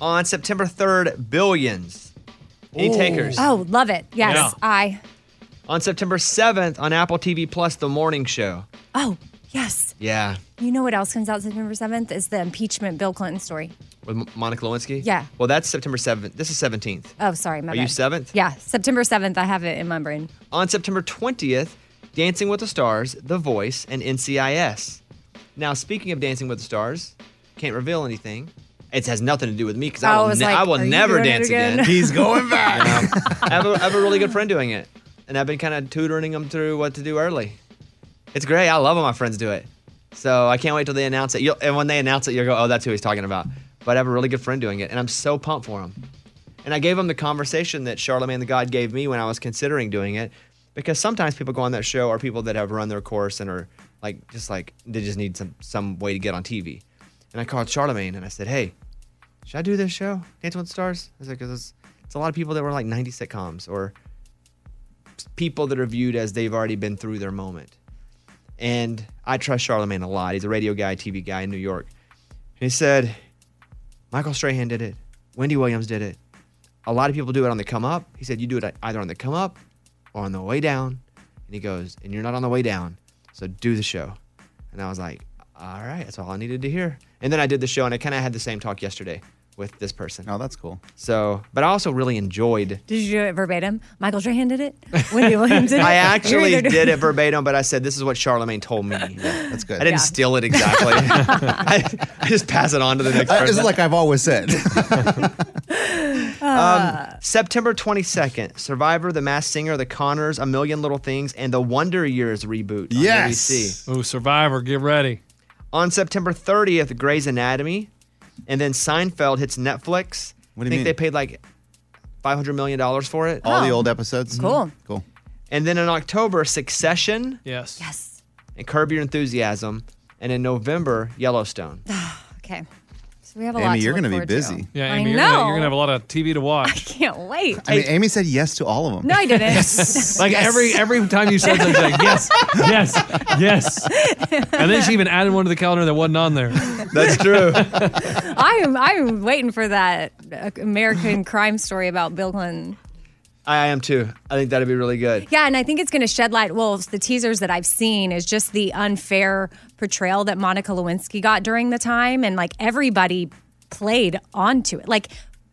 On September 3rd, Billions. Any takers? Oh, love it. Yes, Yeah. I. On September 7th, on Apple TV Plus, The Morning Show. Oh, yes. Yeah. You know what else comes out September 7th is the impeachment Bill Clinton story. With M- Monica Lewinsky? Yeah. Well, that's September 7th. This is 17th. Oh, sorry, my Are bad. you 7th? Yeah, September 7th. I have it in my brain. On September 20th, Dancing with the Stars, The Voice, and NCIS. Now, speaking of Dancing with the Stars, can't reveal anything. It has nothing to do with me because I, I will was ne- like, I will "Are you never doing it dance again. again?" He's going back. [LAUGHS] I, have a, I have a really good friend doing it, and I've been kind of tutoring him through what to do early. It's great. I love when my friends do it. So I can't wait till they announce it. You'll, and when they announce it, you'll go, oh, that's who he's talking about. But I have a really good friend doing it, and I'm so pumped for him. And I gave him the conversation that Charlemagne the God gave me when I was considering doing it, because sometimes people go on that show are people that have run their course and are like just like they just need some some way to get on TV. And I called Charlemagne and I said, "Hey, should I do this show, Dance with the Stars?" I said, "Because it's, it's a lot of people that were like 90 sitcoms or people that are viewed as they've already been through their moment." And I trust Charlemagne a lot. He's a radio guy, TV guy in New York. And he said, "Michael Strahan did it. Wendy Williams did it. A lot of people do it on the come up." He said, "You do it either on the come up or on the way down." And he goes, "And you're not on the way down, so do the show." And I was like, all right, that's all I needed to hear. And then I did the show, and I kind of had the same talk yesterday with this person. Oh, that's cool. So, but I also really [LAUGHS] enjoyed. Did you do it verbatim? Michael Strahan did it. Wendy [LAUGHS] Williams did it. I You're actually either doing- [LAUGHS] did it verbatim, but I said this is what Charlemagne told [LAUGHS] me. that's good. I didn't Yeah. steal it [LAUGHS] exactly. [LAUGHS] I, I just pass it on to the next Uh, it's person. like I've always said. Um, Ah. September 22nd, Survivor, The Masked Singer, The Connors, A Million Little Things, and The Wonder Years reboot. on ABC. Oh, Survivor, get ready. On September 30th, Grey's Anatomy, and then Seinfeld hits Netflix. What do I you think mean? they paid like $500 million for it. All the Oh, old episodes. Cool. Cool. And then in October, Succession Yes. Yes. and Curb Your Enthusiasm. And in November, Yellowstone. Okay. So we have a lot Amy, to you're look going to be forward busy. Yeah, I Amy, you're gonna, know. you're gonna have a lot of TV to watch. Can't wait. I mean, Amy said yes to all of them. No, [LAUGHS] I didn't. [LAUGHS] Like [LAUGHS] every every time you said something, she's like yes, yes, yes, [LAUGHS] and then she even added one to the calendar that wasn't on there. That's true. I am. I am waiting for that uh, American crime story about Bill Clinton. I am too. I think that'd be really good. Yeah, and I think it's going to shed light. Well, the teasers that I've seen is just the unfair portrayal that Monica Lewinsky got during the time, and like everybody played onto it. Like,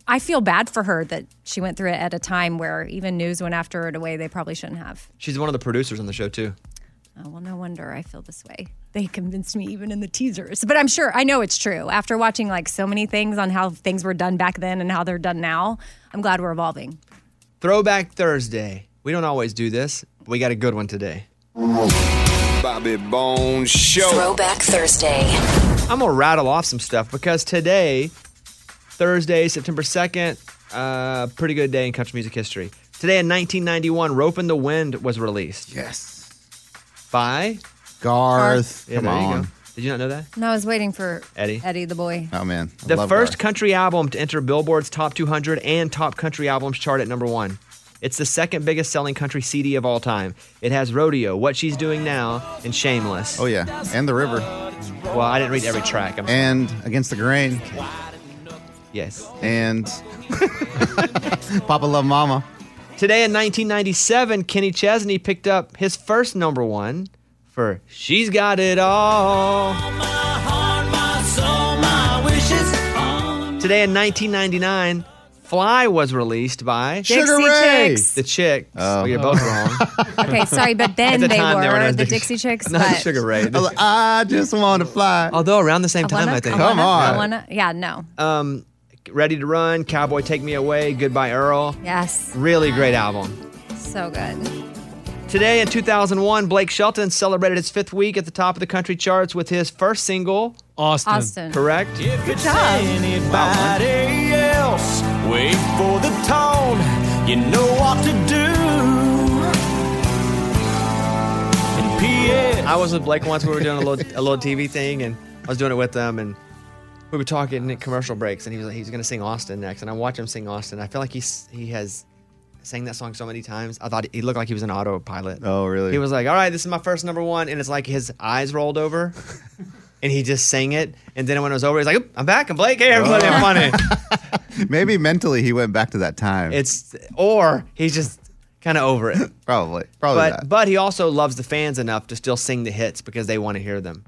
I feel bad for her that she went through it at a time where even news went after her in a way they probably shouldn't have. She's one of the producers on the show too. Oh, well, no wonder I feel this way. They convinced me even in the teasers, but I'm sure I know it's true. After watching like so many things on how things were done back then and how they're done now, I'm glad we're evolving. Throwback Thursday. We don't always do this. But we got a good one today. Bobby Bones Show. Throwback Thursday. I'm gonna rattle off some stuff because today, Thursday, September 2nd, uh, pretty good day in country music history. Today in 1991, "Rope in the Wind" was released. Yes. By Garth. Yeah, Come there You on. go. Did you not know that? And I was waiting for Eddie. Eddie the boy. Oh man. I The love first country album to enter Billboard's top 200 and top country albums chart at number one. It's the second biggest selling country CD of all time. It has Rodeo, What She's Doing Now, and Shameless. Oh, yeah. And The River. Well, I didn't read every track. I'm and Against the Grain. Yes. And [LAUGHS] Papa Love Mama. Today in 1997, Kenny Chesney picked up his first number one for She's Got It All. Today in 1999, Fly was released by Sugar Dixie Ray. Chicks. The Chicks. Oh, you're both wrong. [LAUGHS] Okay, sorry, but At then the they time, were, they were not the Dixie- [LAUGHS] Dixie Chicks. Not but Sugar Ray. I just want to fly. Although around the same time, I, think. wanna- I wanna, yeah, no. Um, Ready to Run, Cowboy Take Me Away, Goodbye Earl. Yes. Really great album. So good. Today in 2001, Blake Shelton celebrated his fifth week at the top of the country charts with his first single, Austin. Austin. Correct? Good job. Anybody else? Wait for the tone. You know what to do. I was with Blake once. We were doing a little a little TV thing, and I was doing it with them, and we were talking at commercial breaks, and he was like, he's going to sing Austin next, and I watched him sing Austin. I feel like he's he has sang that song so many times. I thought he looked like he was an autopilot. Oh, really? He was like, all right, this is my first number one, and it's like his eyes rolled [LAUGHS] over. And he just sang it, and then when it was over, he's like, "Oop, "I'm back, I'm Blake. Hey, everybody, I'm funny." Maybe mentally he went back to that time. It's or he's just kind of over it. [LAUGHS] probably. [LAUGHS] Probably but that. but he also loves the fans enough to still sing the hits because they want to hear them.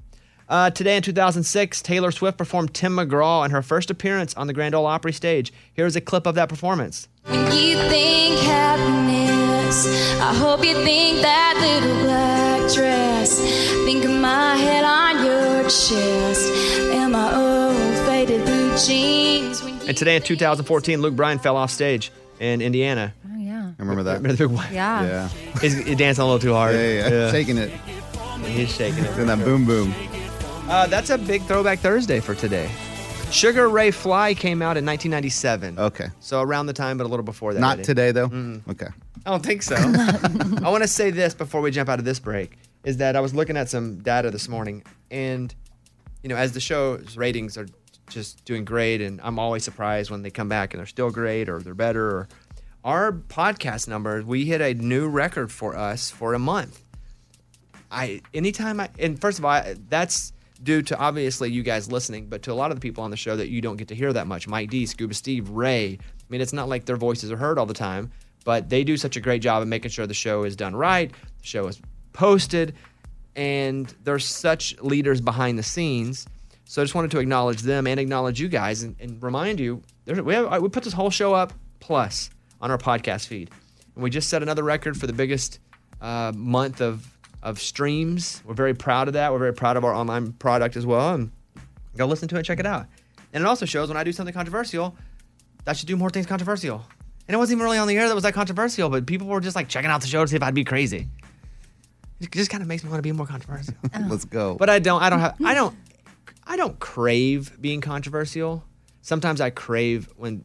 Uh, today in 2006, Taylor Swift performed Tim McGraw in her first appearance on the Grand Ole Opry stage. Here's a clip of that performance. When you think happiness, I hope you think that little black dress. Think of my head on your chest and my old faded blue jeans. When And today in 2014, Luke Bryan fell off stage in Indiana. Oh, yeah. I remember that. Remember the big one? Yeah. Yeah. He's, he danced a little too hard. Yeah, yeah, shaking it. He's shaking it. Doing that boom boom. Uh, that's a big throwback Thursday for today. Sugar Ray Fly came out in 1997. Okay. So around the time, but a little before that. Mm-hmm. Not Eddie. today though. Okay. I don't think so. I want to say this before we jump out of this break is that I was looking at some data this morning, and you know, as the show's ratings are just doing great, and I'm always surprised when they come back and they're still great or they're better. Or our podcast numbers, we hit a new record for us for a month. I anytime I and first of all, I, that's due to obviously you guys listening, but to a lot of the people on the show that you don't get to hear that much. Mike D, Scuba Steve, Ray. I mean, it's not like their voices are heard all the time, but they do such a great job of making sure the show is done right, the show is posted, and they're such leaders behind the scenes. So I just wanted to acknowledge them and acknowledge you guys and, and remind you there's, we, have, we put this whole show up plus on our podcast feed. And we just set another record for the biggest uh, month of, of streams. We're very proud of that. We're very proud of our online product as well. And go listen to it, check it out. And it also shows when I do something controversial, I should do more things controversial. And it wasn't even really on the air that was that controversial, but people were just like checking out the show to see if I'd be crazy. [LAUGHS] It just kind of makes me want to be more controversial. Let's go. But I don't. I don't have. I don't. I don't crave being controversial. Sometimes I crave when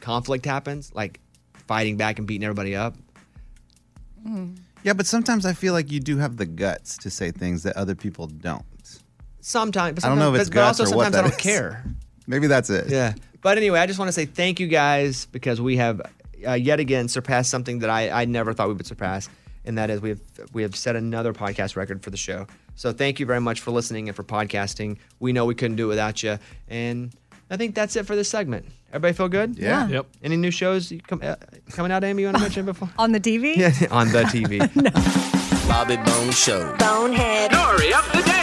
conflict happens, like fighting back and beating everybody up. Yeah, but sometimes I feel like you do have the guts to say things that other people don't. Sometimes, but I don't know if sometimes- it's but, but guts also or what sometimes I that don't is. care. [LAUGHS] Maybe that's it. Yeah. But anyway, I just want to say thank you guys because we have uh, yet again surpassed something that I, I never thought we would surpass, and that is we have we have set another podcast record for the show. So thank you very much for listening and for podcasting. We know we couldn't do it without you, and I think that's it for this segment. Everybody feel good? Yeah. Yeah. Yep. Any new shows you come, uh, coming out, Amy? You want to mention before? [LAUGHS] On the TV? Yeah, [LAUGHS] on the TV. Bobby Bone Show. Bonehead. Story of the day.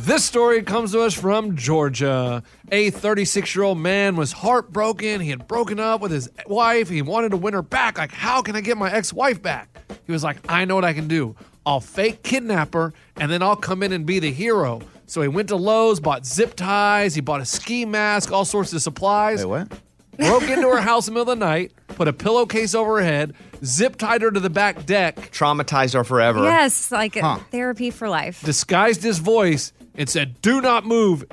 This story comes to us from Georgia. A 36 year old man was heartbroken. He had broken up with his wife. He wanted to win her back. Like, how can I get my ex wife back? He was like, I know what I can do. I'll fake kidnap her and then I'll come in and be the hero. So he went to Lowe's, bought zip ties, he bought a ski mask, all sorts of supplies. Wait, what? Broke into [LAUGHS] her house in the middle of the night, put a pillowcase over her head, zip tied her to the back deck. Traumatized her forever. Yes, like uh, Huh. therapy for life. disguised his voice and said, Do not move.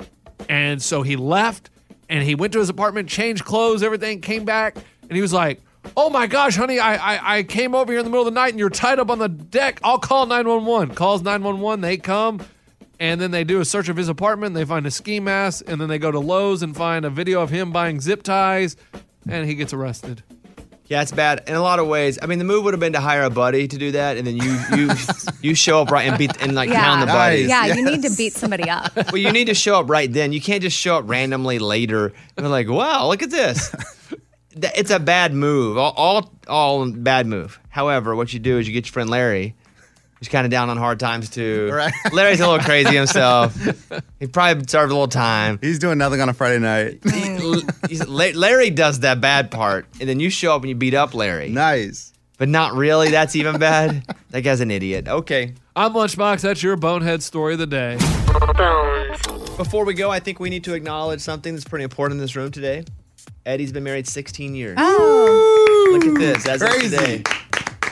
And so he left and he went to his apartment, changed clothes, everything, came back, and he was like, Oh my gosh, honey, I, I, I came over here in the middle of the night and you're tied up on the deck. I'll call 911. Calls 911, they come, and then they do a search of his apartment. They find a ski mask, and then they go to Lowe's and find a video of him buying zip ties, and he gets arrested. Yeah, it's bad in a lot of ways. I mean, the move would have been to hire a buddy to do that, and then you you [LAUGHS] you show up right and beat and like yeah. pound the buddy. yeah, you need to beat somebody up. [LAUGHS] well, you need to show up right then. You can't just show up randomly later and be like, wow, look at [LAUGHS] this. Th- it's a bad move. All, all, all bad move. However, what you do is you get your friend Larry, who's kind of down on hard times too. Right. [LAUGHS] Larry's a little crazy himself. He probably served a little time. He's doing nothing on a Friday night. Larry does that bad part, and then you show up and you beat up Larry. Nice. But not really. That's even bad. that guy's an idiot. Okay. I'm Lunchbox. That's your bonehead story of the day. Before we go, I think we need to acknowledge something that's pretty important in this room today. Eddie's been married 16 years. Oh. Look at this. As Crazy. Of today.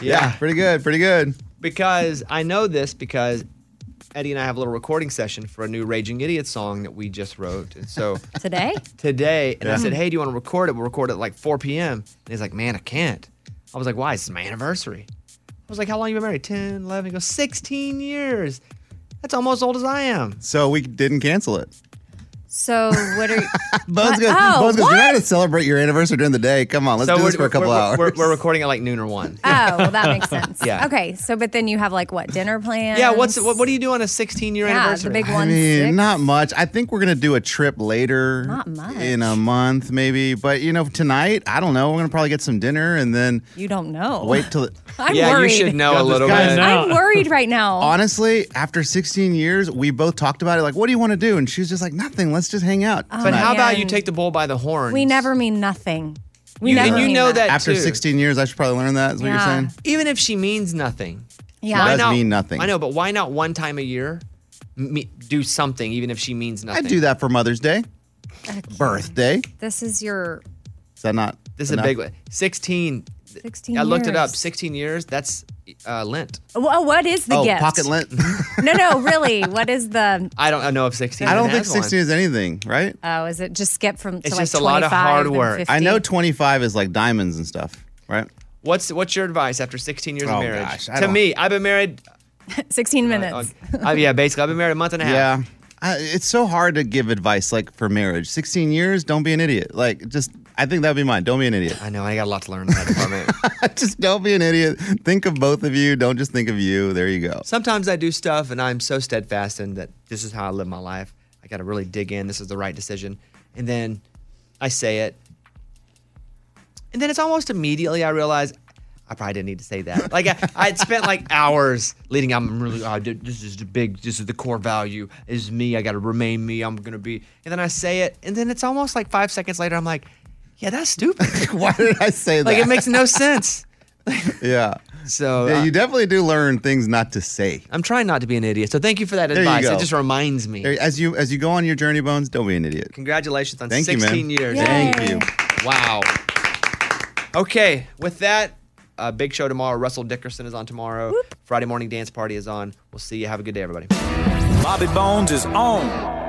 Yeah, pretty good, pretty good. Because I know this because Eddie and I have a little recording session for a new Raging Idiot song that we just wrote. And [LAUGHS] so Today? today, and I Yeah. said, hey, do you want to record it? We'll record it at like 4 p.m. And he's like, man, I can't. I was like, why? It's my anniversary. I was like, how long you been married? 10, 11, he goes, 16 years. That's almost as old as I am. So we didn't cancel it. So [LAUGHS] what are Bones goes, Oh, Bones goes, what? you're not to celebrate your anniversary during the day. Come on, let's Uh, So do this we're- for a couple we're- hours. We're, we're recording at like noon or 1. Oh, well, that makes sense. [LAUGHS] Yeah. Okay, so but then you have like what dinner plans? Yeah, what's what, what do you do on a 16 year Yeah, the anniversary? big I mean, not much. I think we're gonna do a trip later. Not much. In a month, maybe. But you know, tonight, I don't know. We're gonna probably get some dinner and then You don't know. wait till. It, [LAUGHS] I'm worried. I'm [LAUGHS] worried right now. Honestly, after 16 years, we both talked about it. Like, what do you want to do? And she was just like, nothing. Let's just hang out. Oh, But how about man. you take the bull by the horn? we never mean nothing. We never. mean that. after too. 16 years, I should probably learn that. Is what Yeah. you're saying? Even if she means nothing. Yeah. Why Does not- mean nothing. I know, but why not one time a year me, do something, even if she means I nothing? do that for Mother's Day, Okay. birthday. This is your Is that not? This is a enough? big one. 16. 16 I looked it up. years. 16 years, that's uh, Lent. Well, what is Oh, the gift? Lent? No, no, really. What is [LAUGHS] the? [LAUGHS] I don't know if 16 I don't even think has one. 16 is anything, right? Oh, is it just skip from? to It's like just a lot of hard 25 and work. 50? I know 25 is like diamonds and stuff, [LAUGHS] right? What's, what's your advice after 16 years Oh, of marriage? gosh, I to don't- me, I've been [LAUGHS] married, 16 minutes. I, Oh, yeah, basically, I've been married a month and a half. Yeah. I, it's so hard to give advice like for marriage. 16 years, don't be an idiot. Like, just, I think that'd be mine. Don't be an idiot. I know. I got a lot to learn in that department. just [LAUGHS] don't be an idiot. Think of both of you. Don't just think of you. There you go. Sometimes I do stuff and I'm so steadfast in that this is how I live my life. I got to really dig in. This is the right decision. And then I say it. And then it's almost immediately I realize I probably didn't need to say that. Like I, I'd spent [LAUGHS] like hours leading. I'm really, oh, dude, this is the big, this is the core value is me. I got to remain me. I'm going to be. And then I say it. And then it's almost like five seconds later, I'm like, yeah, that's stupid. Why did I [LAUGHS] say that? Like it makes [LAUGHS] no sense. yeah. So yeah, uh, you definitely do learn things not to say. I'm trying not to be an idiot. So thank you for that There you advice. go. It just reminds me. There- As you as you go on your journey, Bones, don't be an idiot. Congratulations on Thank you, man. 16 years. Thank you. Wow. Okay, with that, uh, big show tomorrow. Russell Dickerson is on tomorrow. Friday morning dance party is on. We'll see you. Have a good day, everybody. Bobby Bones is on.